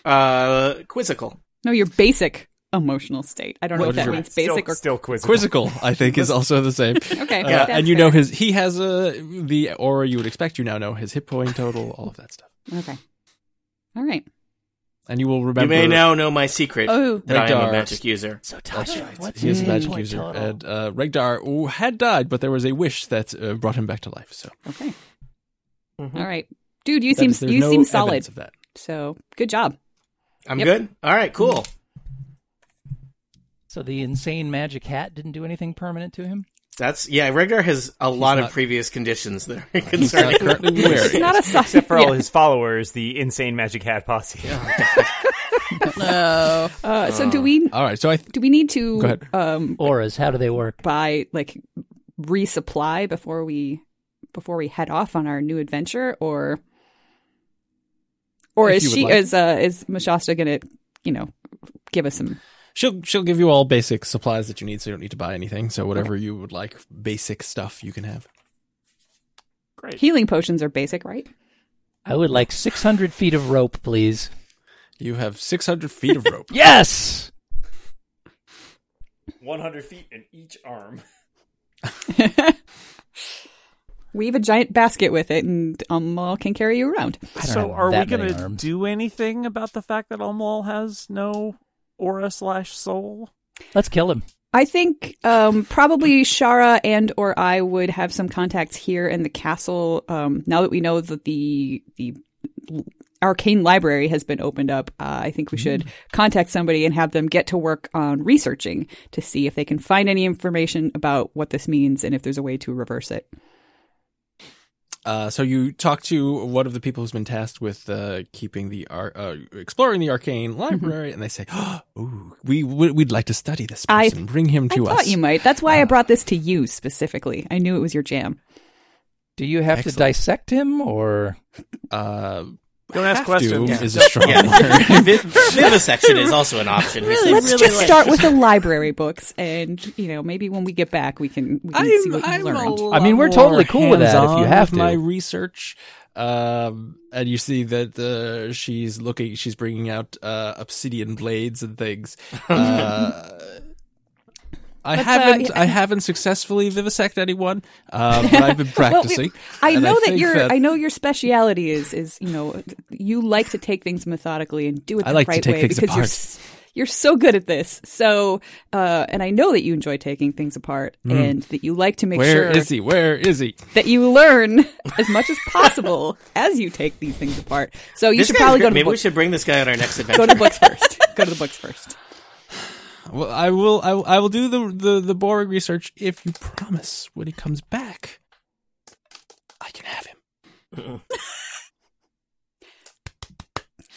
Uh, quizzical. No, your basic emotional state. I don't know What if is that your- means still, basic or still quizzical. Quizzical, I think, is also the same. [laughs] okay. Uh, that's and you fair. know his. He has uh, the aura you would expect. You now know his hit point total, all of that stuff, Okay. All right. and you will remember. You may now know my secret Oh. that I am Regdar. a magic user. So That's Tasha, right. what's he is a his magic point user, total? and uh, Regdar who had died, but there was a wish that uh, brought him back to life. So Okay. Mhm. All right. Dude, you that seem is- there's you no seem evidence solid. Of that. So, good job. I'm Yep. Mm. good. All right, cool. so the insane magic hat didn't do anything permanent to him. That's yeah. Regdar has a lot not- of previous conditions that are [laughs] He's not concerning. Uh, currently It's wearing. not [laughs] a solid. Except for [laughs] all yeah. his followers, the insane magic hat posse. [laughs] No. Uh, so do we All right, so I th- do we need Go to ahead. um Auras, how do they work? buy like resupply before we before we head off on our new adventure or or If you is would she like. is uh is Mashasta going to, you know, give us some she'll she'll give you all basic supplies that you need, so you don't need to buy anything. So whatever you would like, basic stuff you can have. Great. healing potions are basic, right? I would like 600 feet of rope, please. You have 600 feet of rope. Yes. 100 feet in each arm. Weave a giant basket with it, and Amal can carry you around. I don't so have are we that going many to arms. do anything about the fact that Almol has no aura slash soul? Let's kill him. I think um, probably Shara and or I would have some contacts here in the castle. Um, now that we know that the the arcane library has been opened up, uh, I think we Mm. should contact somebody and have them get to work on researching to see if they can find any information about what this means and if there's a way to reverse it. Uh, so you talk to one of the people who's been tasked with uh, keeping the ar- uh, exploring the Mm-hmm. arcane library, and they say, [gasps] "Ooh, we would we'd like to study this I- person. Bring him I to thought us." Uh. you might. That's why I brought this to you specifically. I knew it was your jam. Do you have Excellent. to dissect him or uh, Don't ask have to questions. Is a strong [laughs] word. Yeah. Viv- vivisection is also an option. Really? Let's just like- start with the library books, and you know maybe when we get back we can, we can see what you learned. a I mean, we're lot more totally cool with that if you hands-on have with my to. research, um, and you see that uh, she's looking, she's bringing out uh, obsidian blades and [laughs] things. Uh, I Let's, uh, haven't, yeah. I haven't successfully vivisect anyone, uh, but I've [laughs] been practicing. I and know that think your I know your speciality is is you know you like to take things methodically and do it I the like to right take way things because you're apart. s- you're so good at this. So uh, and I know that you enjoy taking things apart and that you like to make Mm. Where sure is he? Where is he? that you learn [laughs] as much as possible as you take these things apart. So you This should guy's probably great. go to the Maybe we books. should bring this guy on our [laughs] next Go adventure. to the books first. Go to the books first. Well, I will, I, will- I will do the, the the boring research if you promise when he comes back, I can have him.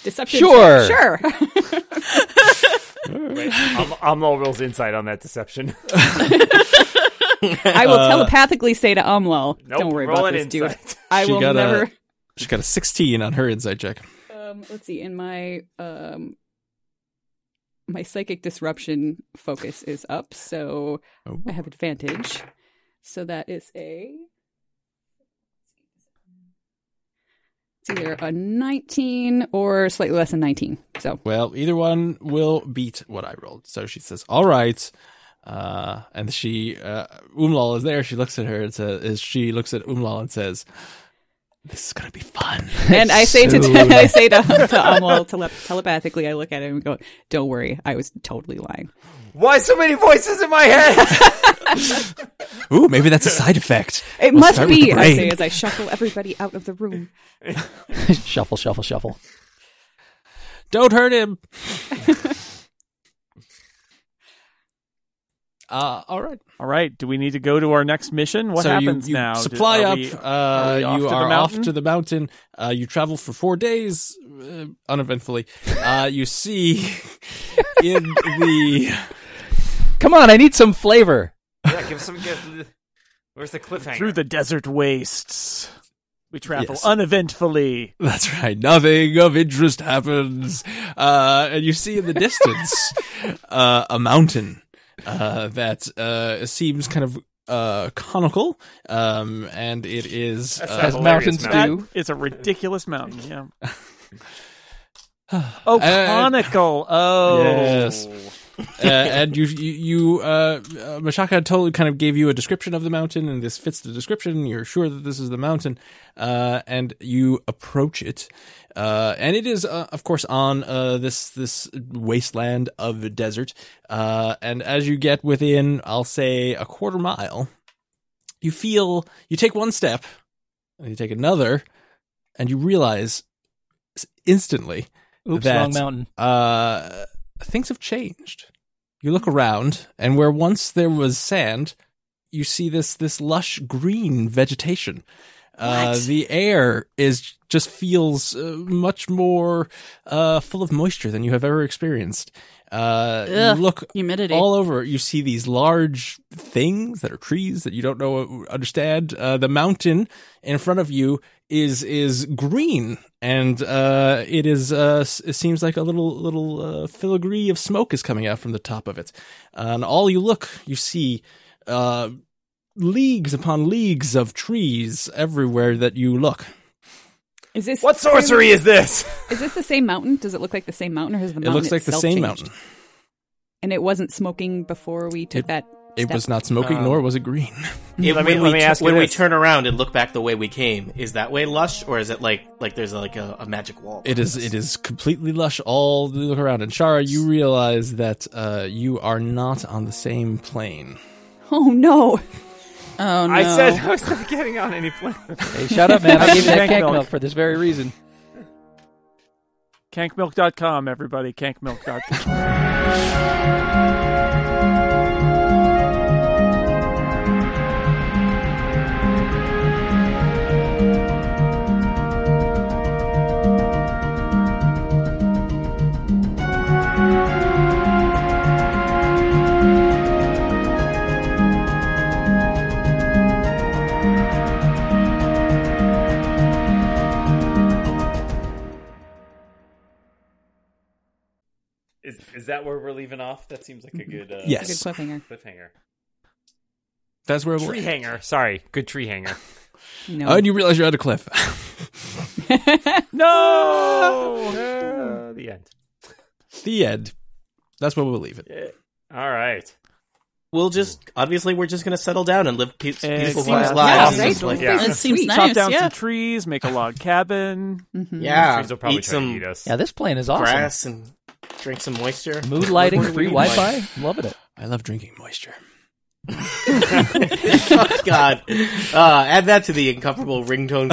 Deception. Sure. Sure. [laughs] I'm, I'm all rolls inside on that deception. I will Uh, telepathically say to Umlal, [laughs] Nope, "Don't worry roll about it this, dude. insight. I She will got a- never." She got a sixteen on her inside check. Um, let's see. In my um, my psychic disruption focus is up, so Oh. I have advantage. So that is a. It's either a 19 or slightly less than 19. So Well, either one will beat what I rolled. So she says, "All right," uh, and she uh, Umlal is there. She looks at her and says, "Is she looks at Umlal and says, this is gonna be [laughs] fun." and I say to Soon. [laughs] I say to, to Amal tele- telepathically, I look at him and go, "Don't worry, I was totally lying." Why so many voices in my head? Ooh, maybe that's a side effect. It We'll must start with be, the I say brain. as I shuffle everybody out of the room. [laughs] shuffle, shuffle, shuffle. Don't hurt [laughs] him. uh, all right. All right. Do we need to go to our next mission? What so happens you, you now? Do- Supply are up. we- uh, we off you to the are off mountain? to the mountain. Uh, you travel for four days uh, uneventfully. Uh, you see [laughs] in the [laughs] Come on, I need some flavor. [laughs] yeah, give some. Give, where's the cliffhanger? through the desert wastes. We travel Yes. uneventfully. That's right. Nothing of interest happens. Uh, and you see in the distance [laughs] uh, a mountain uh, that uh, seems kind of uh, conical, um, and it is. That's uh, not As mountains hilarious That do. is a ridiculous mountain. Yeah. [laughs] oh, Uh, [laughs] conical. Oh, Yes. uh, and you, you, you uh, uh, Mashaka told, kind of gave you a description of the mountain, and this fits the description. You're sure that this is the mountain, uh, and you approach it, uh, and it is, uh, of course, on uh, this this wasteland of the desert. Uh, and as you get within, I'll say a quarter mile, you feel you take one step, and you take another, and you realize s- instantly Oops, That- wrong mountain. uh, things have changed. You look around, and where once there was sand, you see this this lush green vegetation. Uh, What? the air is just feels uh, much more uh, full of moisture than you have ever experienced. Uh, you Ugh. look Humidity. all over. You see these large things that are trees that you don't know understand. Uh, the mountain in front of you is is green, and uh, it is uh, s- it seems like a little little uh, filigree of smoke is coming out from the top of it. and all you look, you see. Uh, Leagues upon leagues of trees everywhere that you look. Is this What sorcery is this? Is this the same mountain? Does it look like the same mountain, or has the it mountain looks like the itself same changed? mountain. And it wasn't smoking before we took It- that. It step? was not smoking, Um, nor was it green. If- Let me- when let we, me tu- ask you when we this. turn around and look back the way we came, is that way lush or is it like like there's like a, a magic wall? It is. It is completely lush. All the look around, and Shara, you realize that uh, you are not on the same plane. [laughs] Oh no! oh no! I said I was not getting on any [laughs] plane. Hey, shut up, [laughs] man. I gave you that Tank cake milk. milk for this very reason. Cankmilk.com, everybody. Cankmilk.com. Is, is that where we're leaving off? That seems like a good uh, Yes. Good cliffhanger. cliffhanger. That's where Tree we're. hanger. Sorry, good [laughs] tree hanger. No. Oh, and you realize you're at a cliff. [laughs] [laughs] no! Uh, the end. the end. That's where we'll leave it. All right. We'll just obviously we're just gonna settle down and live pe- peaceful Exactly. lives. Yeah, lives. right? Just like- Yeah. That seems Sweet. nice. Chop down yeah. some trees, make a log cabin. Mhm. yeah, Trees will probably Um, eat try to some eat us. Yeah, this plane is awesome. grass and drink some moisture. Mood lighting, What do we free need, Wi Mike? Fi. Loving it. I love drinking moisture. oh, [laughs] God, uh, add that to the incomparable [laughs] ringtone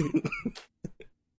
collection.